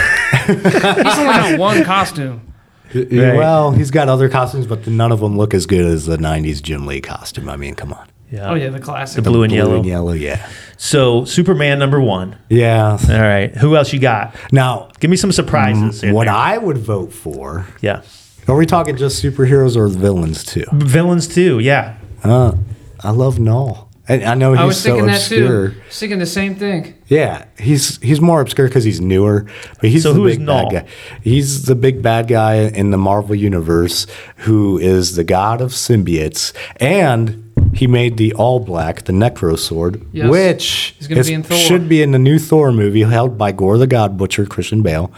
[SPEAKER 3] He's only got [laughs] one costume.
[SPEAKER 2] Right.
[SPEAKER 5] Well, he's got other costumes, but none of them look as good as the '90s Jim Lee costume. I mean, come on.
[SPEAKER 3] Oh yeah, the classic.
[SPEAKER 2] Blue and yellow.
[SPEAKER 5] and yellow, yeah,
[SPEAKER 2] So Superman number one.
[SPEAKER 5] yeah.
[SPEAKER 2] All right. Who else you got?
[SPEAKER 5] Now,
[SPEAKER 2] Give me some surprises. in
[SPEAKER 5] Mm, what
[SPEAKER 2] there.
[SPEAKER 5] I would vote for?
[SPEAKER 2] yeah.
[SPEAKER 5] Are we talking just superheroes or villains too?
[SPEAKER 2] Villains too. Yeah.
[SPEAKER 5] Uh, I love Null. And I know he's
[SPEAKER 3] I was
[SPEAKER 5] so
[SPEAKER 3] thinking that
[SPEAKER 5] obscure.
[SPEAKER 3] too. I was thinking the same thing.
[SPEAKER 5] Yeah, he's he's more obscure because he's newer, but he's
[SPEAKER 2] So
[SPEAKER 5] the
[SPEAKER 2] who is
[SPEAKER 5] big bad
[SPEAKER 2] Null?
[SPEAKER 5] guy. He's the big bad guy in the Marvel universe who is the god of symbiotes, and he made the all black, the Necro Sword,
[SPEAKER 3] Yes.
[SPEAKER 5] which
[SPEAKER 3] He's gonna
[SPEAKER 5] is-
[SPEAKER 3] be in Thor.
[SPEAKER 5] should be in the new Thor movie, held by Gore the God Butcher, Christian Bale,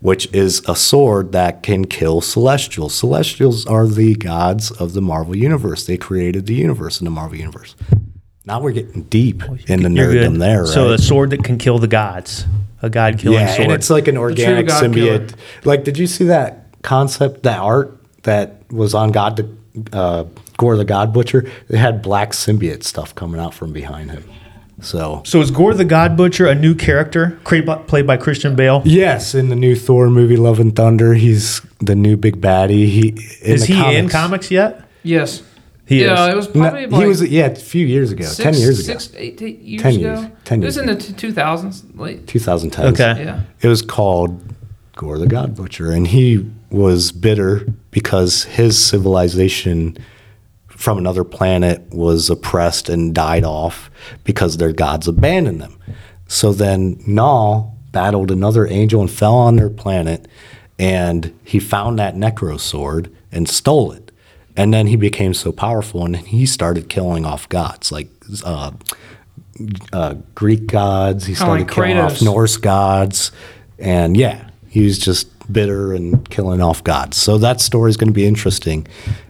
[SPEAKER 5] which is a sword that can kill Celestials. Celestials are the gods of the Marvel universe. They created the universe in the Marvel universe. Now we're getting deep in the
[SPEAKER 2] You're good.
[SPEAKER 5] nerddom there. Right?
[SPEAKER 2] So a sword that can kill the gods. A god killing
[SPEAKER 5] yeah,
[SPEAKER 2] sword.
[SPEAKER 5] and it's uh, like an organic
[SPEAKER 3] God
[SPEAKER 5] symbiote.
[SPEAKER 3] killer.
[SPEAKER 5] Like, did you see that concept, that art that was on God the uh, Gore the God Butcher? It had black symbiote stuff coming out from behind him. So
[SPEAKER 2] so is Gore the God Butcher a new character cre- bu- played by Christian Bale?
[SPEAKER 5] yes, in the new Thor movie, Love and Thunder, he's the new big baddie. He in
[SPEAKER 2] Is
[SPEAKER 5] the
[SPEAKER 2] he in comics yet?
[SPEAKER 3] Yes.
[SPEAKER 2] He
[SPEAKER 3] yeah,
[SPEAKER 2] is.
[SPEAKER 3] it was
[SPEAKER 5] No,
[SPEAKER 3] probably like
[SPEAKER 5] he was yeah, a few years ago,
[SPEAKER 3] six,
[SPEAKER 5] ten years ago,
[SPEAKER 3] six, eight, eight years
[SPEAKER 5] 10
[SPEAKER 3] ago.
[SPEAKER 5] years. 10
[SPEAKER 3] it was
[SPEAKER 5] years
[SPEAKER 3] in the t- 2000s, late.
[SPEAKER 5] 2010.
[SPEAKER 2] Okay.
[SPEAKER 3] Yeah.
[SPEAKER 5] It was called Gore the God Butcher, and he was bitter because his civilization from another planet was oppressed and died off because their gods abandoned them. So then Nal battled another angel and fell on their planet, and he found that Necro sword and stole it. And then he became so powerful, and he started killing off gods like uh, uh, Greek gods. He started
[SPEAKER 3] Oh, like
[SPEAKER 5] killing off
[SPEAKER 3] Kratos.
[SPEAKER 5] Norse gods, and yeah, he's just bitter and killing off gods. So that story is going to be interesting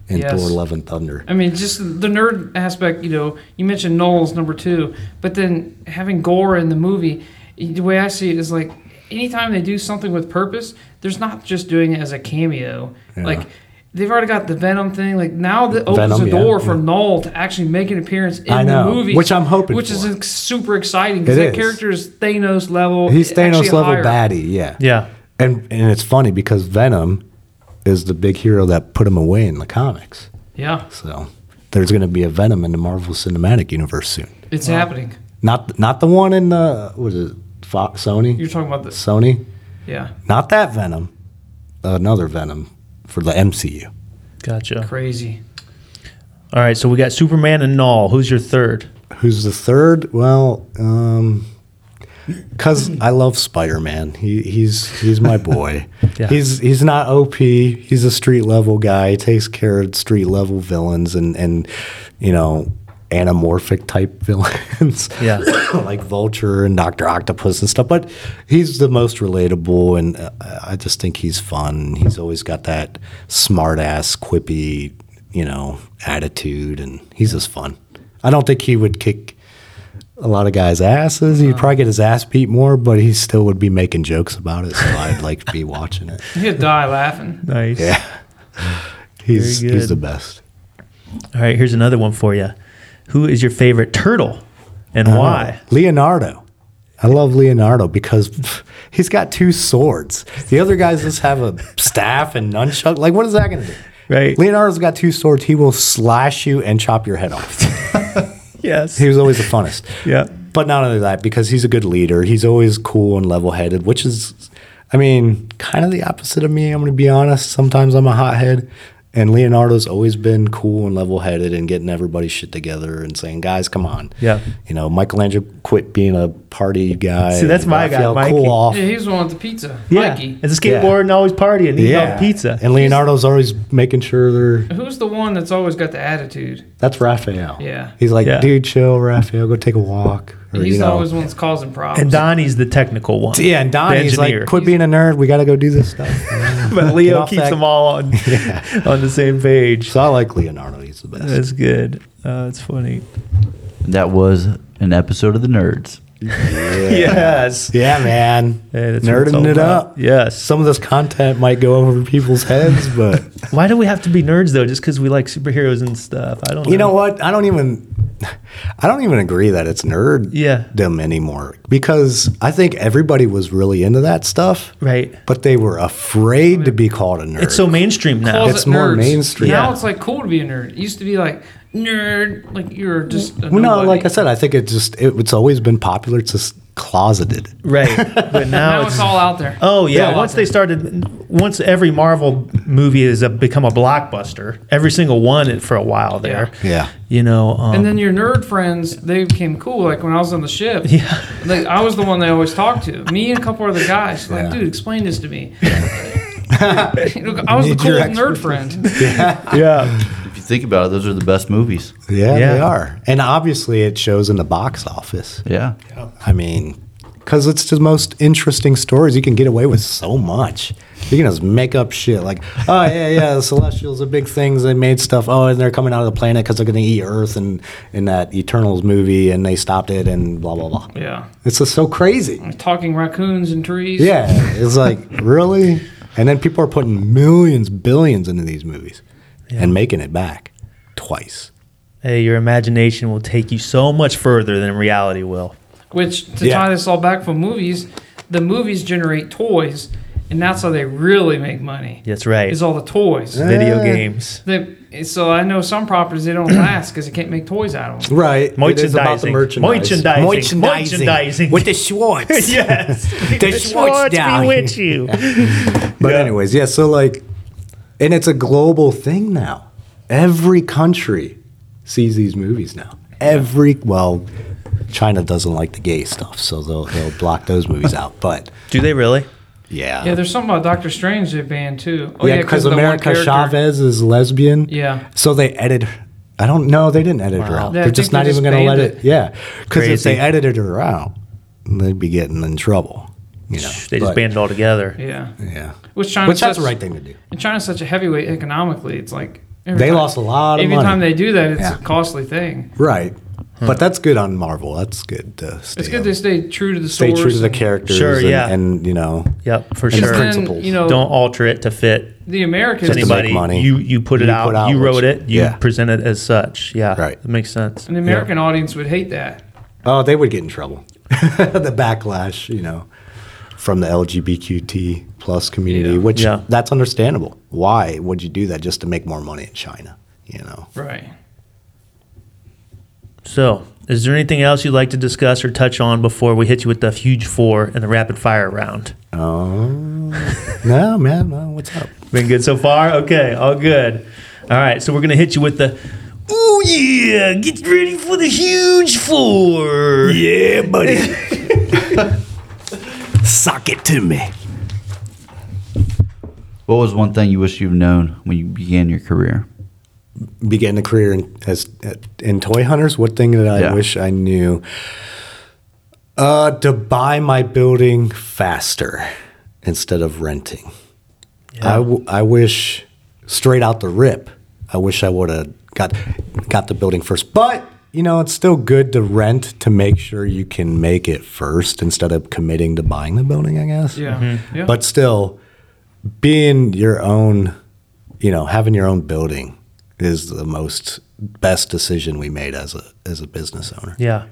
[SPEAKER 5] in
[SPEAKER 3] Yes.
[SPEAKER 5] Thor: Love and Thunder.
[SPEAKER 3] I mean, just the nerd aspect, you know, you mentioned Knowles, number two, but then having Gore in the movie, the way I see it is like anytime they do something with purpose, there's not just doing it as a cameo. Like, they've already got the Venom thing. Like, now that opens
[SPEAKER 5] Venom,
[SPEAKER 3] the
[SPEAKER 5] yeah,
[SPEAKER 3] door
[SPEAKER 5] yeah.
[SPEAKER 3] for Knoll to actually make an appearance in
[SPEAKER 5] I know,
[SPEAKER 3] the movie.
[SPEAKER 5] which I'm hoping
[SPEAKER 3] Which is
[SPEAKER 5] for.
[SPEAKER 3] ex- super exciting because
[SPEAKER 5] It
[SPEAKER 3] that
[SPEAKER 5] is.
[SPEAKER 3] character is Thanos level.
[SPEAKER 5] He's
[SPEAKER 3] actually
[SPEAKER 5] Thanos level
[SPEAKER 3] higher.
[SPEAKER 5] baddie, yeah.
[SPEAKER 2] Yeah.
[SPEAKER 5] And and it's funny because Venom is the big hero that put him away in the comics.
[SPEAKER 3] Yeah,
[SPEAKER 5] So there's going to be a Venom in the Marvel Cinematic Universe soon.
[SPEAKER 3] it's happening.
[SPEAKER 5] Not not the one in the what is it? Fox Sony?
[SPEAKER 3] You're talking about this.
[SPEAKER 5] Sony?
[SPEAKER 3] Yeah,
[SPEAKER 5] Not that Venom. Another Venom for the MCU.
[SPEAKER 2] Gotcha.
[SPEAKER 3] crazy.
[SPEAKER 2] All right. So we got Superman and Null. Who's your third?
[SPEAKER 5] Who's the third? Well, um, because I love Spider Man. He, he's
[SPEAKER 2] [laughs]
[SPEAKER 5] he's my boy.
[SPEAKER 2] Yeah.
[SPEAKER 5] He's he's not OP. He's a street level guy. He takes care of street level villains and and you know anamorphic type [laughs] villains.
[SPEAKER 2] Yeah.
[SPEAKER 5] [coughs] like Vulture and Doctor Octopus and stuff. But he's the most relatable, and uh, I just think he's fun. He's always got that smart ass quippy you know attitude, and he's just fun. I don't think he would kick a lot of guys' asses. He'd
[SPEAKER 2] Uh-huh.
[SPEAKER 5] probably get his ass beat more, but he still would be making jokes about it. So I'd like
[SPEAKER 2] [laughs]
[SPEAKER 5] to be watching it.
[SPEAKER 3] You'd die
[SPEAKER 5] [laughs]
[SPEAKER 3] laughing.
[SPEAKER 2] Nice.
[SPEAKER 5] He's
[SPEAKER 2] Very good.
[SPEAKER 5] he's the best.
[SPEAKER 2] All right. Here's another one for you. Who is your favorite turtle and
[SPEAKER 5] Oh.
[SPEAKER 2] why?
[SPEAKER 5] Leonardo. I love Leonardo because [laughs] pff, he's got two swords. The other guys just have a staff and nunchuck. Like, what is that going to do?
[SPEAKER 2] Right.
[SPEAKER 5] Leonardo's got two swords. He will slash you and chop your head off.
[SPEAKER 2] Yes.
[SPEAKER 5] He was always the funnest.
[SPEAKER 2] Yeah.
[SPEAKER 5] But not only that, because he's a good leader, he's always cool and level headed, which is, I mean, kind of the opposite of me. I'm going to be honest. Sometimes I'm a hothead. And Leonardo's always been cool and level headed and getting everybody's shit together and saying, guys, come on.
[SPEAKER 2] Yeah.
[SPEAKER 5] You know, Michelangelo quit being a party guy.
[SPEAKER 2] See, that's
[SPEAKER 5] and
[SPEAKER 2] my guy,
[SPEAKER 5] Raphael
[SPEAKER 2] Mikey.
[SPEAKER 5] Cool off.
[SPEAKER 3] Yeah, he was the one with the pizza.
[SPEAKER 2] Yeah.
[SPEAKER 3] Mikey.
[SPEAKER 2] As a skateboarder and always partying, eating yeah. pizza.
[SPEAKER 5] And Leonardo's always making sure they're.
[SPEAKER 3] Who's the one that's always got the attitude?
[SPEAKER 5] That's Raphael.
[SPEAKER 3] Yeah.
[SPEAKER 5] He's like,
[SPEAKER 2] Yeah.
[SPEAKER 5] dude, chill, Raphael, go take a walk. Or,
[SPEAKER 3] He's
[SPEAKER 5] you know.
[SPEAKER 3] always the one that's causing problems.
[SPEAKER 2] and Donnie's the technical one.
[SPEAKER 5] yeah, and Don,
[SPEAKER 2] the
[SPEAKER 5] he's like,
[SPEAKER 2] engineer.
[SPEAKER 5] quit being a nerd. We got to go do this stuff.
[SPEAKER 2] [laughs] but
[SPEAKER 5] Get
[SPEAKER 2] Leo
[SPEAKER 5] off
[SPEAKER 2] keeps
[SPEAKER 5] that-
[SPEAKER 2] them all
[SPEAKER 5] [laughs]
[SPEAKER 2] on, on the same page.
[SPEAKER 5] So I like Leonardo. He's the best.
[SPEAKER 2] That's good. Uh, that's funny.
[SPEAKER 4] That was an episode of the Nerds.
[SPEAKER 2] yes.
[SPEAKER 5] Yeah, man.
[SPEAKER 2] Hey, that's what we're
[SPEAKER 5] Nerding
[SPEAKER 2] talking
[SPEAKER 5] it
[SPEAKER 2] about.
[SPEAKER 5] up.
[SPEAKER 2] Yes.
[SPEAKER 5] Some of this content might go over people's heads,
[SPEAKER 2] [laughs]
[SPEAKER 5] but
[SPEAKER 2] Why do we have to be nerds though? Just because we like superheroes and stuff? I don't.
[SPEAKER 5] you know what? I don't even I don't even agree that it's nerd
[SPEAKER 2] Yeah.
[SPEAKER 5] them anymore because I think everybody was really into that stuff,
[SPEAKER 2] Right.
[SPEAKER 5] but they were afraid to be called a nerd.
[SPEAKER 2] It's so mainstream now.
[SPEAKER 3] Closet
[SPEAKER 5] It's more
[SPEAKER 3] nerds.
[SPEAKER 5] mainstream.
[SPEAKER 3] Now
[SPEAKER 2] Yeah.
[SPEAKER 3] it's like cool to be a nerd. It used to be like nerd, like you're just a
[SPEAKER 5] well, no,
[SPEAKER 3] nobody.
[SPEAKER 5] like I said, I think it just it, it's always been popular. It's just closeted.
[SPEAKER 2] right.
[SPEAKER 5] [laughs]
[SPEAKER 2] But now
[SPEAKER 3] Now
[SPEAKER 2] it's.
[SPEAKER 3] it's all out there.
[SPEAKER 2] Oh yeah!
[SPEAKER 3] All
[SPEAKER 2] Once
[SPEAKER 3] out
[SPEAKER 2] they started, once every Marvel movie has a, become a blockbuster, every single one for a while there.
[SPEAKER 5] Yeah.
[SPEAKER 2] You know, um,
[SPEAKER 3] And then your nerd friends, they became cool. Like when I was on the ship, yeah. like I was the one they always talked to. Me and a couple other guys, like, dude, explain this to
[SPEAKER 5] [laughs]
[SPEAKER 3] me. Look, I was the
[SPEAKER 5] Need your
[SPEAKER 3] cool nerd friend.
[SPEAKER 2] yeah,
[SPEAKER 4] If you think about it, those are the best movies.
[SPEAKER 5] Yeah,
[SPEAKER 2] Yeah.
[SPEAKER 5] they are. And obviously, it shows in the box office.
[SPEAKER 4] Yeah.
[SPEAKER 5] I mean, because it's the most interesting stories. You can get away with so much. You can just make up shit like, oh, yeah, yeah, [laughs] the Celestials are big things. They made stuff. Oh, and they're coming out of the planet because they're going to eat Earth and in that Eternals movie, and they stopped it and blah, blah, blah.
[SPEAKER 3] Yeah.
[SPEAKER 5] It's just so crazy.
[SPEAKER 3] Talking raccoons and trees.
[SPEAKER 5] Yeah. It's like, [laughs] really? And then people are putting millions, billions into these movies and making it back twice.
[SPEAKER 2] hey, your imagination will take you so much further than reality will.
[SPEAKER 3] Which to
[SPEAKER 5] Yeah.
[SPEAKER 3] tie this all back from movies, the movies generate toys, and that's how they really make money.
[SPEAKER 2] That's right.
[SPEAKER 3] Is all the toys.
[SPEAKER 2] Video
[SPEAKER 3] [laughs]
[SPEAKER 5] Eh.
[SPEAKER 2] games.
[SPEAKER 3] They, so I know some properties they don't last because they can't make toys out of them.
[SPEAKER 5] Right. It is about the
[SPEAKER 2] Merchandising. Merchandising. Merchandising.
[SPEAKER 5] With the [laughs] Schwartz.
[SPEAKER 2] [laughs] yes,
[SPEAKER 5] The Schwartz down.
[SPEAKER 2] bewitch you.
[SPEAKER 5] But anyways, yeah. So like, and it's a global thing now. Every country sees these movies now. Every well, China doesn't like the gay stuff, so they'll they'll block those movies out.
[SPEAKER 2] [laughs]
[SPEAKER 5] But
[SPEAKER 2] Do they really?
[SPEAKER 5] yeah,
[SPEAKER 3] Yeah, there's something about Doctor Strange they banned too. Oh
[SPEAKER 5] yeah, because
[SPEAKER 3] the one
[SPEAKER 5] America
[SPEAKER 3] character-
[SPEAKER 5] Chavez is lesbian.
[SPEAKER 3] Yeah.
[SPEAKER 5] So they edit. I don't know. They didn't edit her out.
[SPEAKER 3] Yeah, I
[SPEAKER 5] They're just
[SPEAKER 3] think they
[SPEAKER 5] not
[SPEAKER 3] just
[SPEAKER 5] even going to let
[SPEAKER 3] banned
[SPEAKER 5] it. Yeah, because if
[SPEAKER 2] Crazy.
[SPEAKER 5] they edited her out, they'd be getting in trouble. You know,
[SPEAKER 2] They just
[SPEAKER 5] But,
[SPEAKER 2] banned it all together.
[SPEAKER 3] Yeah.
[SPEAKER 5] Yeah,
[SPEAKER 3] Which China
[SPEAKER 5] which that's the
[SPEAKER 3] says-
[SPEAKER 5] right thing to do.
[SPEAKER 3] And China's such a heavyweight economically. It's like every
[SPEAKER 5] They lost a lot of
[SPEAKER 3] every
[SPEAKER 5] money.
[SPEAKER 3] time they do that, it's
[SPEAKER 5] Yeah.
[SPEAKER 3] a costly thing.
[SPEAKER 5] Right. But that's good on Marvel. That's good to stay,
[SPEAKER 3] It's good they stay true to the
[SPEAKER 5] stay
[SPEAKER 3] source.
[SPEAKER 5] true to the
[SPEAKER 3] and-
[SPEAKER 5] characters
[SPEAKER 2] Sure,
[SPEAKER 5] and,
[SPEAKER 2] yeah.
[SPEAKER 5] and, you know,
[SPEAKER 2] Yep, for
[SPEAKER 5] And
[SPEAKER 2] sure.
[SPEAKER 5] then-
[SPEAKER 3] Then,
[SPEAKER 5] principles.
[SPEAKER 3] you know,
[SPEAKER 2] Don't alter it to fit
[SPEAKER 3] the Americans.
[SPEAKER 5] Just to make
[SPEAKER 2] anybody.
[SPEAKER 5] money.
[SPEAKER 2] You you put it
[SPEAKER 5] You
[SPEAKER 2] out.
[SPEAKER 5] put out
[SPEAKER 2] You
[SPEAKER 5] what
[SPEAKER 2] wrote
[SPEAKER 5] you-
[SPEAKER 2] it. You
[SPEAKER 5] yeah.
[SPEAKER 2] present it as such. Yeah,
[SPEAKER 5] Right.
[SPEAKER 2] It makes sense.
[SPEAKER 3] An American audience would hate that.
[SPEAKER 5] oh, they would get in trouble. [laughs] the backlash, you know, from the LGBTQT plus community,
[SPEAKER 3] Yeah.
[SPEAKER 5] which
[SPEAKER 2] Yeah.
[SPEAKER 5] that's understandable. Why would you do that just to make more money in China? You know,
[SPEAKER 3] Right.
[SPEAKER 2] So, is there anything else you'd like to discuss or touch on before we hit you with the huge four and the rapid fire round?
[SPEAKER 5] [laughs] no, man, no, what's up?
[SPEAKER 2] Been good so far? Okay, all good. All right, so we're going to hit you with the Oh yeah, get ready for the huge four.
[SPEAKER 5] Yeah, buddy. Sock it to me.
[SPEAKER 4] What was one thing you wish you'd known when you began your career?
[SPEAKER 5] began a career in, as in toy hunters. What thing did I
[SPEAKER 4] Yeah.
[SPEAKER 5] wish I knew? Uh, to buy my building faster instead of renting. I, w- I wish straight out the rip. I wish I would have got got the building first. But you know, it's still good to rent to make sure you can make it first instead of committing to buying the building. I guess.
[SPEAKER 3] Yeah. Yeah.
[SPEAKER 5] But still, being your own, you know, having your own building is the most best decision we made as a as a business owner.
[SPEAKER 2] [laughs] Yeah.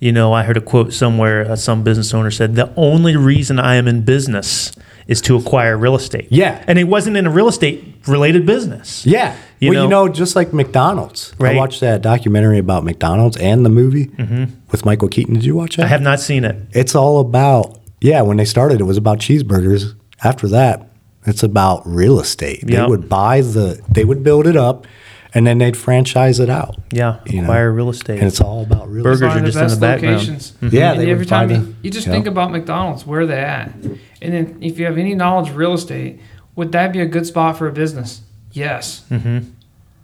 [SPEAKER 2] You know, I heard a quote somewhere uh, some business owner said, "The only reason I am in business is to acquire real estate."
[SPEAKER 5] Yeah.
[SPEAKER 2] And it wasn't in a real estate related business.
[SPEAKER 5] Yeah.
[SPEAKER 2] You
[SPEAKER 5] well, you
[SPEAKER 2] know-
[SPEAKER 5] know, just like McDonald's.
[SPEAKER 2] Right. Mm-hmm.
[SPEAKER 5] I watched that documentary about McDonald's and the movie with Michael Keaton. Did you watch that?
[SPEAKER 2] I have not seen it.
[SPEAKER 5] It's all about yeah. When they started, it was about cheeseburgers. After that, it's about real estate.
[SPEAKER 2] Yeah.
[SPEAKER 5] They would buy the, they would build it up, and then they'd franchise it out.
[SPEAKER 2] Yeah,
[SPEAKER 5] You know,
[SPEAKER 2] acquire real estate.
[SPEAKER 5] And it's all about real
[SPEAKER 2] Burger
[SPEAKER 5] estate.
[SPEAKER 2] Burgers
[SPEAKER 3] Find
[SPEAKER 2] are just in the background. Mm-hmm.
[SPEAKER 5] Yeah,
[SPEAKER 3] And
[SPEAKER 5] they
[SPEAKER 3] every
[SPEAKER 5] would find
[SPEAKER 3] time you,
[SPEAKER 5] the-
[SPEAKER 3] you just
[SPEAKER 5] yeah.
[SPEAKER 3] think about McDonald's, where they at, and then if you have any knowledge of real estate, would that be a good spot for a business? Yes,
[SPEAKER 2] Hmm.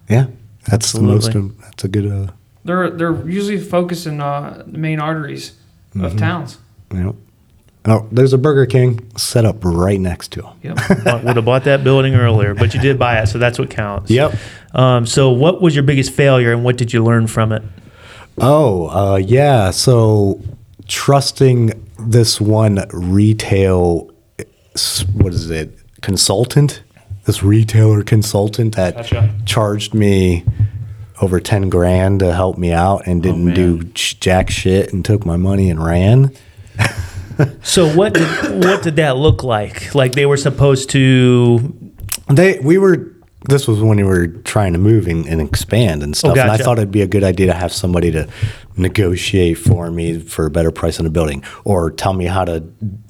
[SPEAKER 5] Yeah, that's the most.
[SPEAKER 2] Absolutely.
[SPEAKER 5] im- That's a good. Uh,
[SPEAKER 3] they're they're usually focusing uh, the main arteries of
[SPEAKER 2] Mm-hmm.
[SPEAKER 3] towns.
[SPEAKER 5] you know. Oh, there's a Burger King set up right next to him.
[SPEAKER 2] [laughs]
[SPEAKER 3] Yep.
[SPEAKER 2] Bought- would have bought that building earlier, but you did buy it, so that's what counts.
[SPEAKER 5] Yep.
[SPEAKER 2] Um, so, what was your biggest failure, and what did you learn from it?
[SPEAKER 5] Oh, uh, yeah. So trusting this one retail, s- what is it, consultant? This retailer consultant that
[SPEAKER 2] Gotcha.
[SPEAKER 5] charged me over 10 grand to help me out and
[SPEAKER 2] Oh,
[SPEAKER 5] didn't do j- jack shit and took my money and ran.
[SPEAKER 2] So what did, what did that look like? Like they were supposed to
[SPEAKER 5] They we were this was when we were trying to move and, and expand and stuff. And I
[SPEAKER 2] Oh, gotcha.
[SPEAKER 5] thought it'd be a good idea to have somebody to negotiate for me for a better price on a building or tell me how to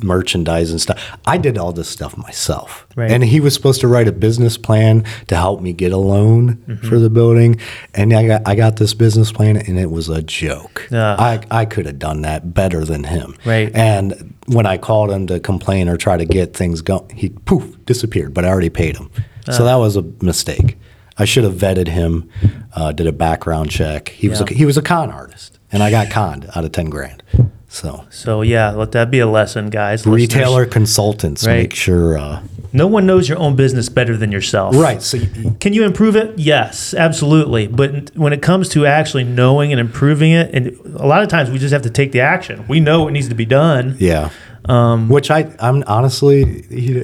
[SPEAKER 5] merchandise and stuff. I did all this stuff myself.
[SPEAKER 2] Right.
[SPEAKER 5] And he was supposed to write a business plan to help me get a loan
[SPEAKER 2] Mm-hmm.
[SPEAKER 5] for the building. And I got I got this business plan and it was a joke.
[SPEAKER 2] Ah.
[SPEAKER 5] I, I could have done that better than him.
[SPEAKER 2] Right.
[SPEAKER 5] And when I called him to complain or try to get things going, he poof disappeared. But I already paid him,
[SPEAKER 2] Ah.
[SPEAKER 5] so that was a mistake. I should have vetted him, uh, did a background check. He was a,
[SPEAKER 2] Yeah.
[SPEAKER 5] he was a con artist, and I got conned out of ten grand. So
[SPEAKER 2] so yeah, let that be a lesson, guys. listeners.
[SPEAKER 5] retailer consultants
[SPEAKER 2] Right.
[SPEAKER 5] make sure uh,
[SPEAKER 2] No one knows your own business better than yourself.
[SPEAKER 5] right. So you-
[SPEAKER 2] Can you improve it? Yes, absolutely. But when it comes to actually knowing and improving it, and a lot of times we just have to take the action. We know what needs to be done.
[SPEAKER 5] yeah.
[SPEAKER 2] Um,
[SPEAKER 5] Which I I'm honestly he-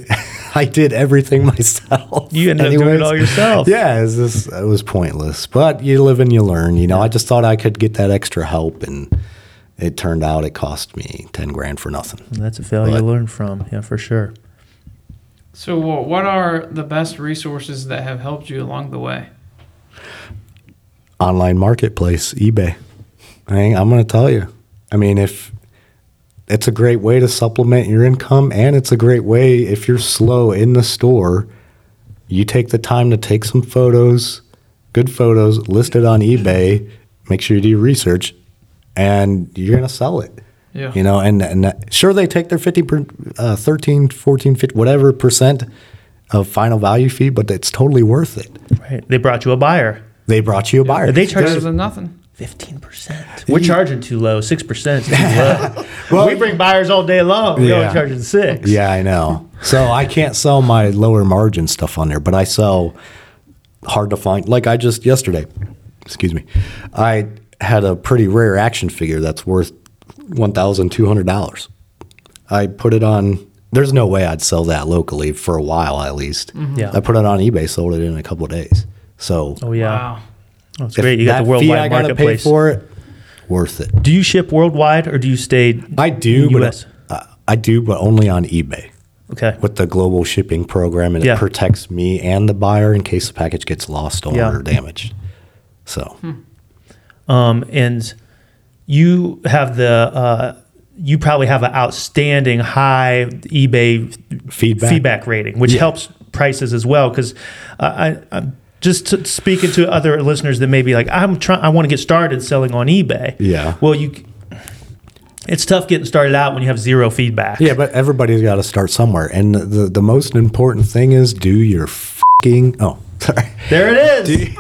[SPEAKER 5] I did [laughs] everything [laughs] myself.
[SPEAKER 2] You ended up doing it
[SPEAKER 5] anyways.
[SPEAKER 2] all yourself.
[SPEAKER 5] Yeah, it was, just, it was pointless. But you live and you learn. You know, I just thought I could get that extra help, and it turned out it cost me ten grand for nothing.
[SPEAKER 2] That's a failure to learn from. Yeah, for sure.
[SPEAKER 3] So, wh- what are the best resources that have helped you along the way?
[SPEAKER 5] Online marketplace, eBay. I mean, I'm going to tell you. I mean, if it's a great way to supplement your income, and it's a great way if you're slow in the store, you take the time to take some photos, good photos, list it on eBay. Make sure you do your research, and you're going to sell it.
[SPEAKER 3] Yeah.
[SPEAKER 5] You know, and, and that- sure, they take their 50, per, uh, 13, 14, 50, whatever percent of final value fee, but it's totally worth it.
[SPEAKER 2] Right. They brought you a buyer.
[SPEAKER 5] They brought you a buyer.
[SPEAKER 2] They
[SPEAKER 3] Better
[SPEAKER 2] charge
[SPEAKER 3] than nothing.
[SPEAKER 2] fifteen percent. We're charging too low. Six percent.
[SPEAKER 5] [laughs]
[SPEAKER 2] well, we bring buyers all day long. We're
[SPEAKER 5] Yeah.
[SPEAKER 2] only charging six.
[SPEAKER 5] yeah, I know. So I can't sell my lower margin stuff on there, but I sell hard to find. Like I just yesterday, excuse me, I had a pretty rare action figure that's worth $1,200. I put it on. There's no way I'd sell that locally for a while, at least.
[SPEAKER 2] Yeah.
[SPEAKER 5] I put it on eBay, sold it in a couple of days. So
[SPEAKER 2] Mm-hmm. Oh yeah.
[SPEAKER 3] Wow.
[SPEAKER 2] Oh, it's great. You got
[SPEAKER 5] that
[SPEAKER 2] the
[SPEAKER 5] fee I
[SPEAKER 2] worldwide
[SPEAKER 5] gotta
[SPEAKER 2] marketplace.
[SPEAKER 5] Pay for it, worth it.
[SPEAKER 2] do you ship worldwide or do you stay?
[SPEAKER 5] I do,
[SPEAKER 2] US.
[SPEAKER 5] but uh, I do, but only on eBay
[SPEAKER 2] okay.
[SPEAKER 5] with the global shipping program, and
[SPEAKER 2] Yeah.
[SPEAKER 5] it protects me and the buyer in case the package gets lost on
[SPEAKER 2] Yeah.
[SPEAKER 5] or damaged. So
[SPEAKER 2] Um, and you have the uh, you probably have an outstanding high eBay
[SPEAKER 5] feedback.
[SPEAKER 2] feedback rating, which helps prices as well. Because I, I'm just t- speaking to other listeners that maybe like I'm trying, I want to get started selling on eBay.
[SPEAKER 5] Yeah.
[SPEAKER 2] Well, you, c- it's tough getting started out when you have zero feedback.
[SPEAKER 5] Yeah, but everybody's got to start somewhere, and the, the the most important thing is do your fucking oh [laughs] sorry
[SPEAKER 2] There it is.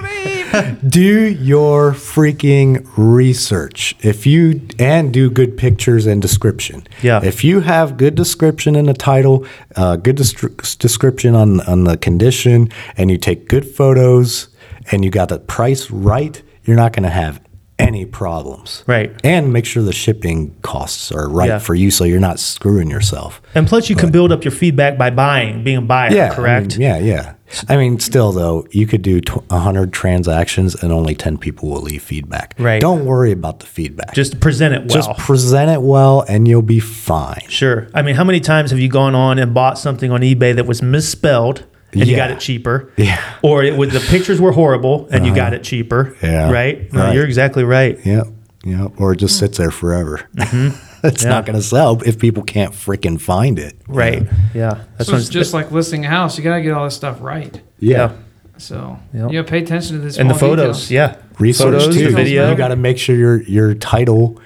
[SPEAKER 5] do your freaking research if you and do good pictures and description
[SPEAKER 2] Yeah.
[SPEAKER 5] if you have good description in the title uh, good destri- description on on the condition and you take good photos and you got the price right you're not going to have any problems
[SPEAKER 2] Right.
[SPEAKER 5] and make sure the shipping costs are right
[SPEAKER 2] Yeah.
[SPEAKER 5] for you so you're not screwing yourself
[SPEAKER 2] and plus, you can build up your feedback by buying, being a buyer.
[SPEAKER 5] yeah,
[SPEAKER 2] correct.
[SPEAKER 5] I mean, yeah, yeah. I mean, still though, you could do tw- 100 transactions and only 10 people will leave feedback.
[SPEAKER 2] Right.
[SPEAKER 5] Don't worry about the feedback.
[SPEAKER 2] Just present it well.
[SPEAKER 5] Just present it well and you'll be fine.
[SPEAKER 2] Sure. I mean, how many times have you gone on and bought something on eBay that was misspelled and you got
[SPEAKER 5] Yeah.
[SPEAKER 2] it cheaper?
[SPEAKER 5] Yeah. Uh-huh.
[SPEAKER 2] Or it was the pictures were horrible and you got it cheaper.
[SPEAKER 5] Yeah.
[SPEAKER 2] Right? No,
[SPEAKER 5] Right.
[SPEAKER 2] you're exactly right.
[SPEAKER 5] Yep. Yep. Or it just
[SPEAKER 2] Hmm.
[SPEAKER 5] sits there forever.
[SPEAKER 2] Mm-hmm.
[SPEAKER 5] [laughs] it's not going to sell if people can't freaking find it.
[SPEAKER 2] Right. Yeah. That's
[SPEAKER 3] So
[SPEAKER 2] what
[SPEAKER 3] it's
[SPEAKER 2] I'm-
[SPEAKER 3] just like listing a house. You got to get all this stuff right.
[SPEAKER 5] Yeah.
[SPEAKER 3] So
[SPEAKER 2] Yep.
[SPEAKER 3] you know, pay attention to this.
[SPEAKER 2] And the photos. Yeah.
[SPEAKER 5] Research
[SPEAKER 2] photos,
[SPEAKER 5] too.
[SPEAKER 2] The video.
[SPEAKER 5] You got to make sure your your title,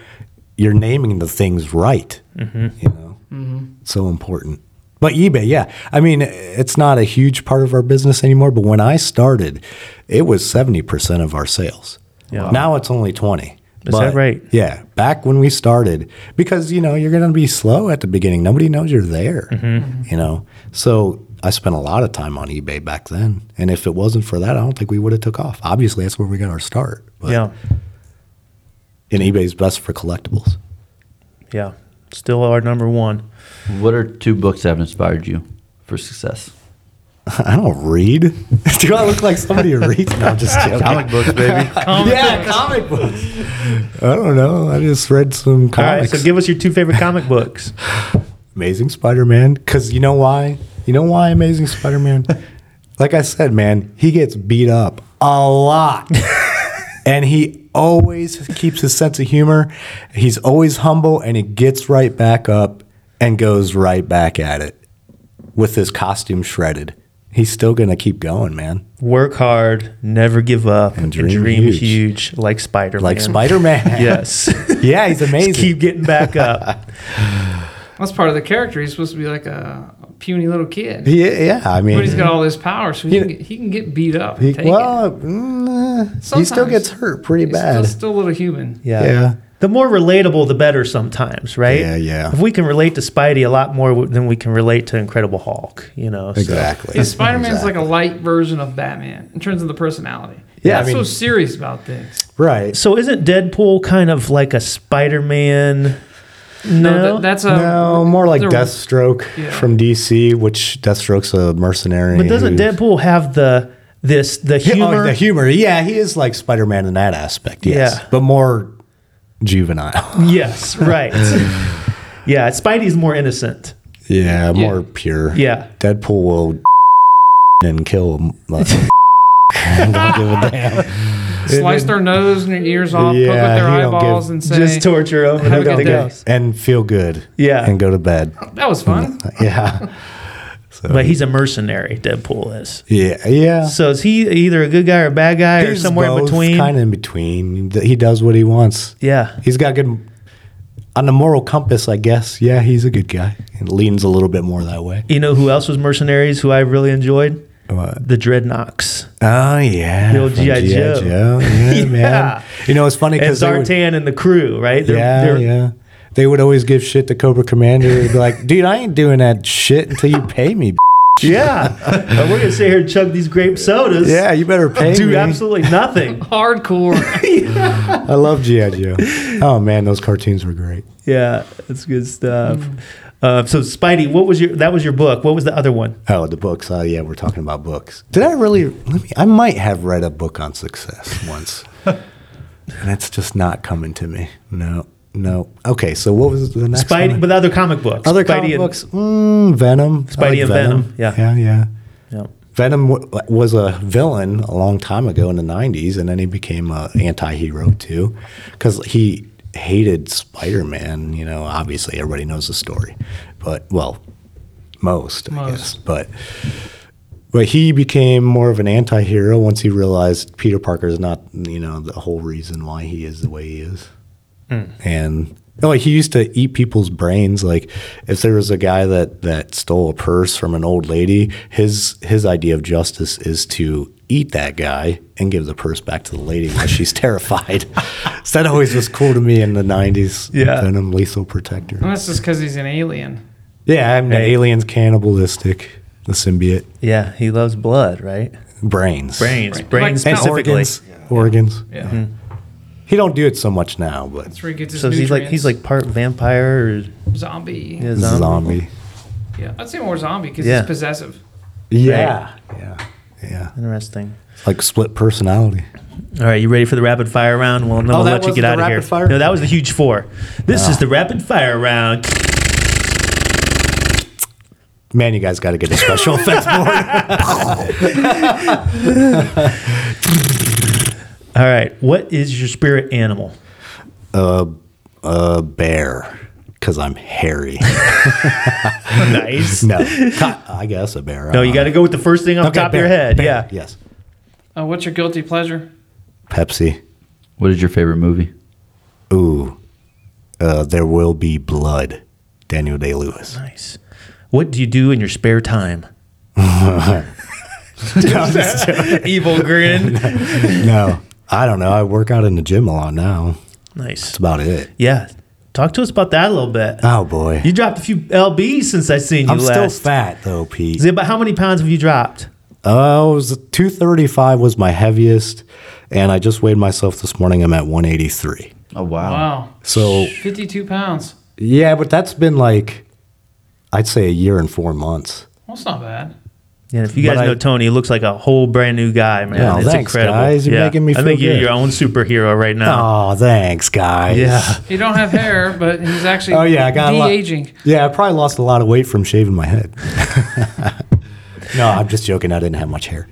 [SPEAKER 5] you're naming the things right.
[SPEAKER 2] Mm-hmm.
[SPEAKER 5] You know, so important. But eBay, yeah. I mean, it's not a huge part of our business anymore. But when I started, it was seventy percent of our sales.
[SPEAKER 2] Yeah.
[SPEAKER 5] Now it's only twenty.
[SPEAKER 2] Is that right?
[SPEAKER 5] Yeah. Back when we started, because you know you're going to be slow at the beginning. Nobody knows you're there.
[SPEAKER 2] Mm-hmm.
[SPEAKER 5] You know, so I spent a lot of time on eBay back then, and if it wasn't for that, I don't think we would have took off. Obviously, that's where we got our start. But
[SPEAKER 2] yeah.
[SPEAKER 5] and eBay's best for collectibles. [laughs]
[SPEAKER 2] yeah, still our number one.
[SPEAKER 4] What are two books that have inspired you for success?
[SPEAKER 5] I don't read. [laughs] Do I look like somebody who reads? No,
[SPEAKER 2] [laughs]
[SPEAKER 5] I'm just kidding.
[SPEAKER 4] Comic books, baby.
[SPEAKER 5] yeah, comic books. I don't know. I just read some comics.
[SPEAKER 2] All right, so give us your two favorite comic books.
[SPEAKER 5] Amazing Spider-Man. Because you know why? You know why
[SPEAKER 3] [laughs]
[SPEAKER 5] Amazing Spider-Man? like I said, man, he gets beat up a
[SPEAKER 3] [laughs]
[SPEAKER 5] lot. and he always keeps his sense of humor. He's always humble and he gets right back up and goes right back at it with his costume shredded. He's still going to keep going, man.
[SPEAKER 2] Work hard, never give up, and
[SPEAKER 5] And
[SPEAKER 2] dream,
[SPEAKER 5] dream
[SPEAKER 2] huge.
[SPEAKER 5] huge.
[SPEAKER 2] like Spider Man.
[SPEAKER 3] [laughs]
[SPEAKER 5] Like Spider-Man.
[SPEAKER 2] Yes.
[SPEAKER 5] [laughs] yeah, he's
[SPEAKER 2] [laughs]
[SPEAKER 5] amazing.
[SPEAKER 2] Just keep getting back
[SPEAKER 5] [laughs]
[SPEAKER 2] up.
[SPEAKER 3] That's part of the character. He's supposed to be like a puny little kid,
[SPEAKER 5] He- yeah, I mean,
[SPEAKER 3] but he's got all this power, so he, can, get, he can get beat up. And
[SPEAKER 5] he,
[SPEAKER 3] take it.
[SPEAKER 5] well, mm, he still
[SPEAKER 3] Sometimes.
[SPEAKER 5] gets hurt pretty
[SPEAKER 3] He's
[SPEAKER 5] bad.
[SPEAKER 3] still, still a little human.
[SPEAKER 2] Yeah.
[SPEAKER 5] Yeah.
[SPEAKER 2] The more relatable, the better sometimes, right?
[SPEAKER 5] Yeah, yeah.
[SPEAKER 2] If we can relate to Spidey a lot more w- than we can relate to Incredible Hulk, you know? so-
[SPEAKER 5] exactly.
[SPEAKER 3] Yeah, Spider Man's like a light version of Batman in terms of the personality.
[SPEAKER 5] Yeah,
[SPEAKER 3] Yeah,
[SPEAKER 5] I mean-
[SPEAKER 3] so serious about things.
[SPEAKER 5] right.
[SPEAKER 2] So isn't Deadpool kind of like a Spider Man? No.
[SPEAKER 3] that- that's a
[SPEAKER 5] No, more like
[SPEAKER 3] the-
[SPEAKER 5] Deathstroke
[SPEAKER 3] Yeah.
[SPEAKER 5] from DC, which Deathstroke's a mercenary.
[SPEAKER 2] but doesn't
[SPEAKER 5] who-
[SPEAKER 2] Deadpool have the this the
[SPEAKER 5] Yeah, oh,
[SPEAKER 2] humor?
[SPEAKER 5] the humor? Yeah, he is like Spider-Man in that aspect. Yes,
[SPEAKER 2] Yeah.
[SPEAKER 5] but more juvenile. [laughs]
[SPEAKER 2] yes, right. yeah, Spidey's more innocent.
[SPEAKER 5] yeah, more pure.
[SPEAKER 2] Yeah.
[SPEAKER 5] Deadpool will [laughs] and kill. Like, [laughs] don't give a damn.
[SPEAKER 3] Slice their nose and their ears off, poke
[SPEAKER 5] Yeah,
[SPEAKER 3] with their
[SPEAKER 5] he don't
[SPEAKER 3] eyeballs,
[SPEAKER 5] give-
[SPEAKER 3] and say,
[SPEAKER 2] Just torture over and
[SPEAKER 3] Have a good
[SPEAKER 2] everything
[SPEAKER 3] day.
[SPEAKER 2] else.
[SPEAKER 5] And feel good.
[SPEAKER 2] Yeah.
[SPEAKER 5] and go to bed.
[SPEAKER 3] "That was fun."
[SPEAKER 5] Yeah,
[SPEAKER 2] But he's a mercenary, Deadpool is.
[SPEAKER 5] yeah, yeah.
[SPEAKER 2] So is he either a good guy or a bad guy or somewhere in between?
[SPEAKER 5] Kind of in between. He does what he wants.
[SPEAKER 2] yeah.
[SPEAKER 5] He's got good on the moral compass, I guess. Yeah, he's a good guy. And leans a little bit more that way.
[SPEAKER 2] You know who else was mercenaries who I really enjoyed?
[SPEAKER 5] What?
[SPEAKER 2] The Dreadnoks.
[SPEAKER 5] Oh yeah,
[SPEAKER 2] The old
[SPEAKER 5] from
[SPEAKER 2] G.I.
[SPEAKER 5] G.I.
[SPEAKER 2] Joe. [laughs]
[SPEAKER 5] Yeah,
[SPEAKER 2] Yeah.
[SPEAKER 5] man. You know, it's funny
[SPEAKER 2] And
[SPEAKER 5] because they would,
[SPEAKER 2] Zartan and the crew, right? They're-
[SPEAKER 5] yeah,
[SPEAKER 2] they're-
[SPEAKER 5] yeah. They would always give shit to Cobra Commander. They'd be like, "Dude, I ain't doing that shit until you
[SPEAKER 2] [laughs]
[SPEAKER 5] pay me." b-."
[SPEAKER 2] [laughs] Yeah. And we're going to sit here and chug these grape sodas.
[SPEAKER 5] yeah, you better pay
[SPEAKER 2] Do
[SPEAKER 5] me.
[SPEAKER 2] absolutely nothing.
[SPEAKER 5] [laughs]
[SPEAKER 3] Hardcore.
[SPEAKER 5] I love GI Joe. Oh man, those cartoons were great.
[SPEAKER 2] Yeah. That's good stuff. Uh, so Spidey, what was your that was your book. What was the other one?
[SPEAKER 5] Oh, the books. Oh yeah, we're talking about books. Did I really? Let me. I might have read a book on
[SPEAKER 2] [laughs]
[SPEAKER 5] success once, and it's just not coming to me. No, no. Okay, so what was the next?
[SPEAKER 2] Spidey
[SPEAKER 5] one?
[SPEAKER 2] but the other comic books.
[SPEAKER 5] other
[SPEAKER 2] Spidey
[SPEAKER 5] comic
[SPEAKER 2] and-
[SPEAKER 5] books. Mm, Venom. I
[SPEAKER 2] Spidey and Venom, yeah.
[SPEAKER 5] yeah, yeah.
[SPEAKER 2] Yeah.
[SPEAKER 5] Venom w- was a villain a long time ago in the '90s, and then he became an anti-hero too, because he hated Spider-Man. You know, obviously everybody knows the story, but well, most, I guess, but. But he became more of an anti-hero once he realized Peter Parker is not, you know, the whole reason why he is the way he is and oh, he used to eat people's brains. Like if there was a guy that that stole a purse from an old lady, his his idea of justice is to eat that guy and give the purse back to the lady while she's terrified. [laughs] so that always was cool to me in the '90s.
[SPEAKER 2] Yeah.
[SPEAKER 5] Venom, Lethal Protector.
[SPEAKER 3] and that's just because he's an alien.
[SPEAKER 5] Yeah, I'm the aliens, cannibalistic, the symbiote,
[SPEAKER 2] Yeah, he loves blood, right?
[SPEAKER 5] brains,
[SPEAKER 2] Brains.
[SPEAKER 3] Right.
[SPEAKER 2] Brains
[SPEAKER 3] Like-
[SPEAKER 5] and
[SPEAKER 2] specifically.
[SPEAKER 5] organs. Organs.
[SPEAKER 3] Yeah,
[SPEAKER 5] He don't do it so much now, but
[SPEAKER 3] that's where he gets his
[SPEAKER 2] So he's like
[SPEAKER 3] nutrients.
[SPEAKER 2] he's like part vampire or
[SPEAKER 3] zombie.
[SPEAKER 2] yeah,
[SPEAKER 3] Yeah.
[SPEAKER 2] zombie.
[SPEAKER 5] zombie.
[SPEAKER 3] I'd say more zombie because
[SPEAKER 2] Yeah.
[SPEAKER 3] he's possessive.
[SPEAKER 5] Yeah, yeah, yeah.
[SPEAKER 2] Interesting.
[SPEAKER 5] Like split personality.
[SPEAKER 2] All right, you ready for the rapid fire round? Well, no,
[SPEAKER 5] Oh,
[SPEAKER 2] we'll
[SPEAKER 5] that
[SPEAKER 2] let you
[SPEAKER 5] was
[SPEAKER 2] get
[SPEAKER 5] the
[SPEAKER 2] out of
[SPEAKER 5] rapid
[SPEAKER 2] here.
[SPEAKER 5] fire?
[SPEAKER 2] No, that was the huge four. This
[SPEAKER 5] Ah.
[SPEAKER 2] is the rapid fire round.
[SPEAKER 5] Man, you guys got to get a
[SPEAKER 2] [laughs]
[SPEAKER 5] special effects board.
[SPEAKER 2] All right, what is your spirit animal?
[SPEAKER 5] A bear, because
[SPEAKER 2] [laughs]
[SPEAKER 5] I'm hairy.
[SPEAKER 2] Nice.
[SPEAKER 5] [laughs] No, co- I guess a bear. Uh,
[SPEAKER 2] No, you got to go with the first thing off the top of your head. Yeah.
[SPEAKER 5] Yes.
[SPEAKER 3] Uh, what's your guilty pleasure?
[SPEAKER 5] Pepsi.
[SPEAKER 4] [laughs] What is your favorite movie?
[SPEAKER 5] Ooh. Uh, there will be blood. Daniel Day Lewis.
[SPEAKER 2] Nice. What do you do in your spare time?
[SPEAKER 5] [laughs]
[SPEAKER 2] [laughs] Evil grin.
[SPEAKER 5] no, I don't know. I work out in the gym a lot now.
[SPEAKER 2] Nice.
[SPEAKER 5] That's about it.
[SPEAKER 2] Yeah. Talk to us about that a little bit.
[SPEAKER 5] Oh boy,
[SPEAKER 2] You dropped a few lbs since I seen you
[SPEAKER 5] I'm still
[SPEAKER 2] last.
[SPEAKER 5] fat though, Pete.
[SPEAKER 2] Is it about how many pounds have you dropped?
[SPEAKER 5] Oh, it was 235 was my heaviest, and I just weighed myself this morning. I'm at 183.
[SPEAKER 4] Oh wow.
[SPEAKER 3] Wow,
[SPEAKER 5] So
[SPEAKER 3] fifty-two pounds.
[SPEAKER 5] Yeah, but that's been like, I'd say a year and four months.
[SPEAKER 3] Well, it's not bad.
[SPEAKER 2] And if you
[SPEAKER 5] But
[SPEAKER 2] guys know
[SPEAKER 5] I-
[SPEAKER 2] Tony, he looks like a whole brand new guy, man.
[SPEAKER 5] Yeah,
[SPEAKER 2] it's
[SPEAKER 5] thanks,
[SPEAKER 2] incredible.
[SPEAKER 5] guys. You're
[SPEAKER 2] yeah.
[SPEAKER 5] making me
[SPEAKER 2] I think
[SPEAKER 5] feel
[SPEAKER 2] you're
[SPEAKER 5] good.
[SPEAKER 2] your own superhero right now.
[SPEAKER 5] Oh, thanks,
[SPEAKER 2] [laughs]
[SPEAKER 5] guys.
[SPEAKER 2] Yeah.
[SPEAKER 3] He don't have hair, but he's actually
[SPEAKER 5] Oh yeah, I got a lot-
[SPEAKER 3] de-aging.
[SPEAKER 5] Yeah, I probably lost a lot of weight from shaving my head. [laughs] no, I'm just joking. I didn't have much hair,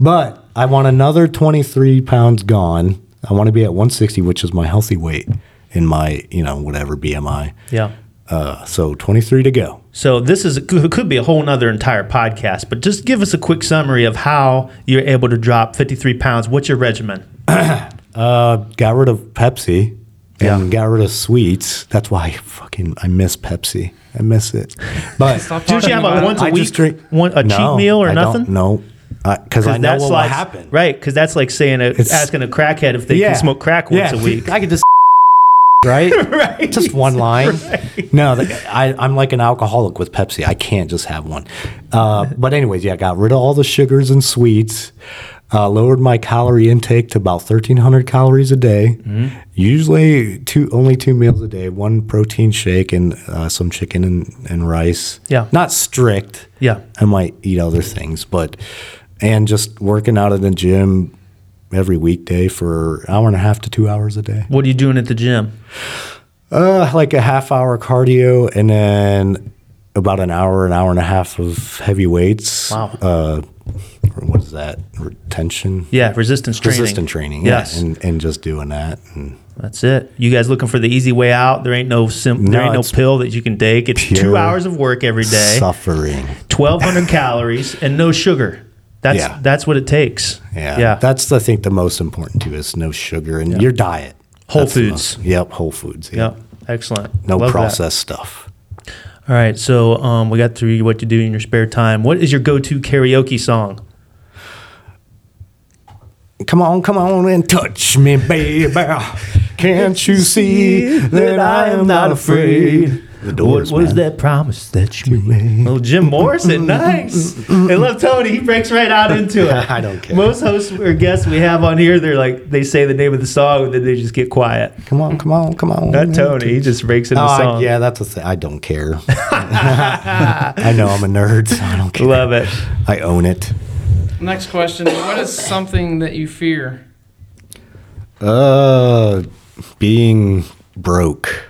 [SPEAKER 5] but I want another 23 pounds gone. I want to be at 160, which is my healthy weight in my you know whatever BMI.
[SPEAKER 2] Yeah.
[SPEAKER 5] Uh, so 23 to go.
[SPEAKER 2] So this is could could be a whole nother entire podcast, but just give us a quick summary of how you're able to drop 53 pounds. What's your regimen?
[SPEAKER 5] Got rid of Pepsi and got rid of sweets. That's why I fucking I miss Pepsi. I miss it. But
[SPEAKER 3] Stop
[SPEAKER 2] Do you
[SPEAKER 3] talking
[SPEAKER 2] have
[SPEAKER 3] about
[SPEAKER 2] a
[SPEAKER 3] it.
[SPEAKER 2] once a
[SPEAKER 5] I
[SPEAKER 2] week,
[SPEAKER 5] just drink
[SPEAKER 2] one, a cheat meal or
[SPEAKER 5] I
[SPEAKER 2] nothing?
[SPEAKER 5] No, because I know what will
[SPEAKER 2] like
[SPEAKER 5] happen.
[SPEAKER 2] right? Because that's like saying a,
[SPEAKER 5] It's-
[SPEAKER 2] asking a crackhead if they can smoke crack once
[SPEAKER 5] Yeah,
[SPEAKER 2] a week.
[SPEAKER 5] I
[SPEAKER 2] [laughs]
[SPEAKER 5] could just right? Just one line. No, th- I, I'm like an alcoholic with Pepsi. I can't just have one. Uh, but anyways, yeah, I got rid of all the sugars and sweets. Uh, lowered my calorie intake to about 1,300 calories a day.
[SPEAKER 2] Mm-hmm.
[SPEAKER 5] Usually, two only two meals a day: one protein shake and uh, some chicken and, and rice.
[SPEAKER 2] Yeah.
[SPEAKER 5] not strict.
[SPEAKER 2] Yeah.
[SPEAKER 5] I might eat other things, but and just working out at the gym every weekday for an hour and a half to two hours a day.
[SPEAKER 2] What are you doing at the gym?
[SPEAKER 5] Uh, like a half hour cardio and then about an hour, an hour and a half of heavy weights.
[SPEAKER 2] Wow.
[SPEAKER 5] Uh, what is that? Retention?
[SPEAKER 2] Yeah, resistance training.
[SPEAKER 5] Resistant training. yeah,
[SPEAKER 2] Yes,
[SPEAKER 5] And, and just doing that. And
[SPEAKER 2] that's it. You guys looking for the easy way out? There ain't no sim- there
[SPEAKER 5] No,
[SPEAKER 2] ain't no
[SPEAKER 5] it's
[SPEAKER 2] pill that you can take. It's two
[SPEAKER 5] pure
[SPEAKER 2] hours of work every day,
[SPEAKER 5] suffering. [laughs]
[SPEAKER 2] 1,200 calories, and no sugar. That's
[SPEAKER 5] Yeah.
[SPEAKER 2] that's what it takes.
[SPEAKER 5] Yeah.
[SPEAKER 2] yeah.
[SPEAKER 5] That's, I think, the most important too is no sugar in your diet.
[SPEAKER 2] Whole
[SPEAKER 5] That's the
[SPEAKER 2] foods.
[SPEAKER 5] most- Yep. Whole foods.
[SPEAKER 2] Yep. Excellent.
[SPEAKER 5] No
[SPEAKER 2] Love that.
[SPEAKER 5] processed stuff.
[SPEAKER 2] All right. So um, we got through what you do in your spare time. What is your go-to karaoke song?
[SPEAKER 5] Come on, come on and touch me, baby. Can't you see that I am not afraid? The doors,
[SPEAKER 2] what what is
[SPEAKER 5] man.
[SPEAKER 2] that promise that you made? Well, Oh, Jim Morrison, nice. I love Tony. He breaks right [laughs] out into it.
[SPEAKER 5] I don't care.
[SPEAKER 2] Most hosts or guests we have on here, they're like they say the name of the song, and then they just get quiet.
[SPEAKER 5] Come on, come on, come on.
[SPEAKER 2] Not Tony. He just breaks into
[SPEAKER 5] Oh, I-
[SPEAKER 2] song.
[SPEAKER 5] yeah, that's a thing. I don't [laughs] care. I know I'm a nerd, so I don't care.
[SPEAKER 2] Love it.
[SPEAKER 5] I own it.
[SPEAKER 3] Next question: What is something that you fear?
[SPEAKER 5] Uh, being broke,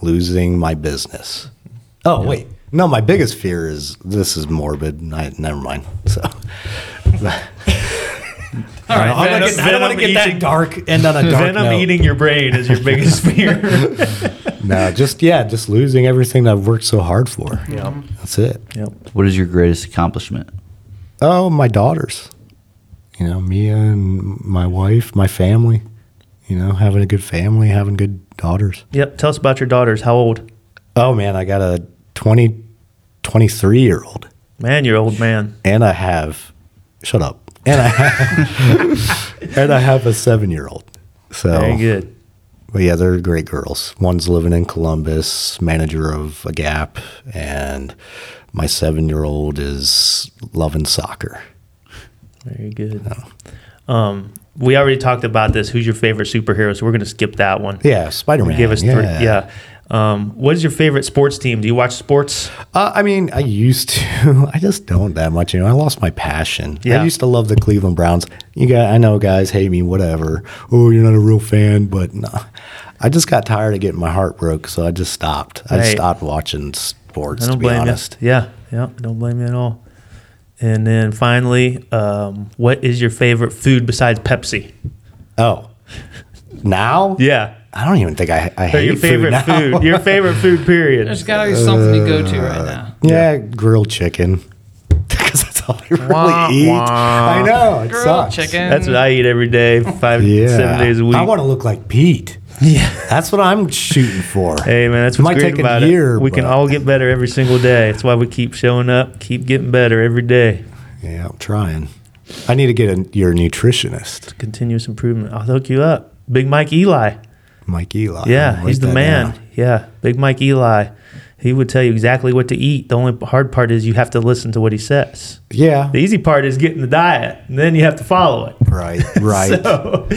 [SPEAKER 5] losing my business. Oh wait, no. My biggest fear is this is morbid. and I never mind. So
[SPEAKER 3] All right,
[SPEAKER 5] I don't wanna
[SPEAKER 3] Vince.
[SPEAKER 5] get- I don't want
[SPEAKER 2] Venom
[SPEAKER 5] to get that
[SPEAKER 2] eating-
[SPEAKER 5] dark. End [laughs] on a dark
[SPEAKER 2] Venom
[SPEAKER 5] note.
[SPEAKER 2] eating your brain is your biggest [laughs] fear.
[SPEAKER 5] No, just yeah, just losing everything that I've worked so hard for.
[SPEAKER 2] Yeah.
[SPEAKER 5] That's it.
[SPEAKER 2] Yep.
[SPEAKER 4] What is your greatest accomplishment?
[SPEAKER 5] Oh, my daughters. You know, Mia and my wife, my family. You know, having a good family, having good daughters.
[SPEAKER 2] Yep. Tell us about your daughters. How old?
[SPEAKER 5] Oh man, I got a 20, 23 year old,
[SPEAKER 2] Man, you're an old man.
[SPEAKER 5] and I have. Shut up. And I have, and I have [laughs] a seven year old. So
[SPEAKER 2] Very good.
[SPEAKER 5] But yeah, they're great girls. One's living in Columbus, manager of a Gap, and my seven-year-old is loving soccer.
[SPEAKER 2] Very good. Um, we already talked about this. Who's your favorite superhero? So we're going to skip that one.
[SPEAKER 5] Yeah, Spider-Man.
[SPEAKER 2] Give us
[SPEAKER 5] yeah.
[SPEAKER 2] three. Yeah. Um, what is your favorite sports team? Do you watch sports?
[SPEAKER 5] Uh, I mean, I used to. [laughs] I just don't that much. You know, I lost my passion.
[SPEAKER 2] Yeah.
[SPEAKER 5] I used to love the Cleveland Browns. You got, I know, guys hate me, whatever. Oh, you're not a real fan, but no. I just got tired of getting my heart broke, so I just stopped. I just
[SPEAKER 2] Right.
[SPEAKER 5] stopped watching sports.
[SPEAKER 2] I don't
[SPEAKER 5] to be
[SPEAKER 2] blame
[SPEAKER 5] honest.
[SPEAKER 2] you. Yeah. Yeah. Don't blame you at all. And then finally, um, what is your favorite food besides Pepsi?
[SPEAKER 5] Oh, now?
[SPEAKER 2] Yeah.
[SPEAKER 5] I don't even think I. I
[SPEAKER 2] Or
[SPEAKER 5] hate
[SPEAKER 2] your favorite
[SPEAKER 5] food. now.
[SPEAKER 2] food, Your favorite food, period.
[SPEAKER 3] There's got to be something to go to
[SPEAKER 5] Uh,
[SPEAKER 3] right now.
[SPEAKER 5] [laughs] Yeah, grilled chicken. [laughs] Because that's all I really
[SPEAKER 2] Wah,
[SPEAKER 5] eat.
[SPEAKER 2] wah.
[SPEAKER 5] I know. It
[SPEAKER 3] Grilled
[SPEAKER 5] sucks.
[SPEAKER 3] chicken.
[SPEAKER 2] That's what I eat every day, five,
[SPEAKER 5] Yeah.
[SPEAKER 2] seven days a week.
[SPEAKER 5] I want to look like Pete.
[SPEAKER 2] yeah.
[SPEAKER 5] That's what I'm shooting for.
[SPEAKER 2] Hey man, that's what's
[SPEAKER 5] Might
[SPEAKER 2] great
[SPEAKER 5] take a
[SPEAKER 2] about
[SPEAKER 5] year,
[SPEAKER 2] it. We can
[SPEAKER 5] but-
[SPEAKER 2] all get better every single day. That's why we keep showing up, keep getting better every day.
[SPEAKER 5] Yeah, I'm trying. I need to get a, your nutritionist.
[SPEAKER 2] Continuous improvement. I'll hook you up, Big Mike Eli.
[SPEAKER 5] Mike Eli.
[SPEAKER 2] Yeah,
[SPEAKER 5] Write
[SPEAKER 2] he's the
[SPEAKER 5] that
[SPEAKER 2] man.
[SPEAKER 5] down.
[SPEAKER 2] Yeah, Big Mike Eli. He would tell you exactly what to eat. The only hard part is you have to listen to what he says.
[SPEAKER 5] Yeah.
[SPEAKER 2] [laughs] The easy part is getting the diet, and then you have to follow it.
[SPEAKER 5] Right.
[SPEAKER 2] [laughs]
[SPEAKER 5] Right.
[SPEAKER 2] So,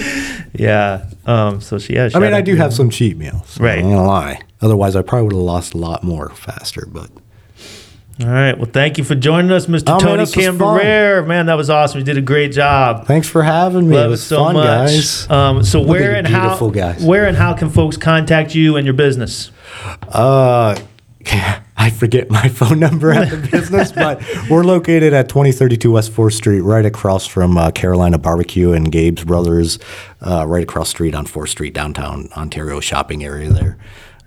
[SPEAKER 2] yeah. Um, so she has.
[SPEAKER 5] I mean, I do have some cheat meals.
[SPEAKER 2] Right.
[SPEAKER 5] I'm not gonna lie. Otherwise, I probably would have lost a lot more faster. But
[SPEAKER 2] All right. Well, thank you for joining us, Mr.
[SPEAKER 5] Oh, man,
[SPEAKER 2] Tony
[SPEAKER 5] this was fun.
[SPEAKER 2] Camberere. Man, that was awesome. You did a great job.
[SPEAKER 5] thanks for having me.
[SPEAKER 2] Love
[SPEAKER 5] it
[SPEAKER 2] it
[SPEAKER 5] was
[SPEAKER 2] so
[SPEAKER 5] fun,
[SPEAKER 2] much.
[SPEAKER 5] guys.
[SPEAKER 2] Um, so
[SPEAKER 5] Look at
[SPEAKER 2] where
[SPEAKER 5] you
[SPEAKER 2] and how?
[SPEAKER 5] beautiful guys.
[SPEAKER 2] Where and how can folks contact you and your business?
[SPEAKER 5] Uh, [laughs] I forget my phone number at the
[SPEAKER 2] [laughs]
[SPEAKER 5] business, but we're located at 2032 West 4th Street, right across from uh, Carolina Barbecue and Gabe's Brothers, uh, right across street on 4th Street, downtown Ontario shopping area there.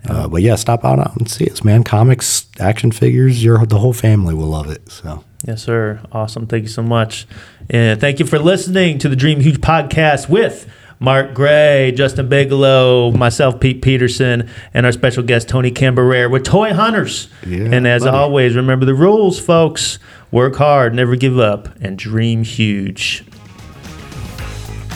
[SPEAKER 2] Oh.
[SPEAKER 5] Uh, but yeah, stop on out and see us, man. Comics, action figures, your the whole family will love it. So
[SPEAKER 2] Yes, sir. Awesome. Thank you so much. And thank you for listening to the Dream Huge podcast with Mark Gray, Justin Bigelow, myself, Pete Peterson, and our special guest, Tony Camberere. We're toy hunters.
[SPEAKER 5] Yeah,
[SPEAKER 2] and as
[SPEAKER 5] buddy.
[SPEAKER 2] always, remember the rules, folks. Work hard, never give up, and dream huge.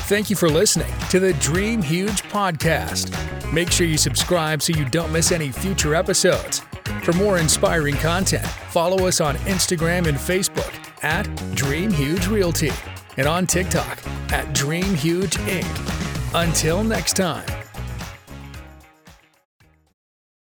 [SPEAKER 1] Thank you for listening to the Dream Huge podcast. Make sure you subscribe so you don't miss any future episodes. For more inspiring content, follow us on Instagram and Facebook at Dream Huge Realty and on TikTok at Dream Huge Inc. Until next time.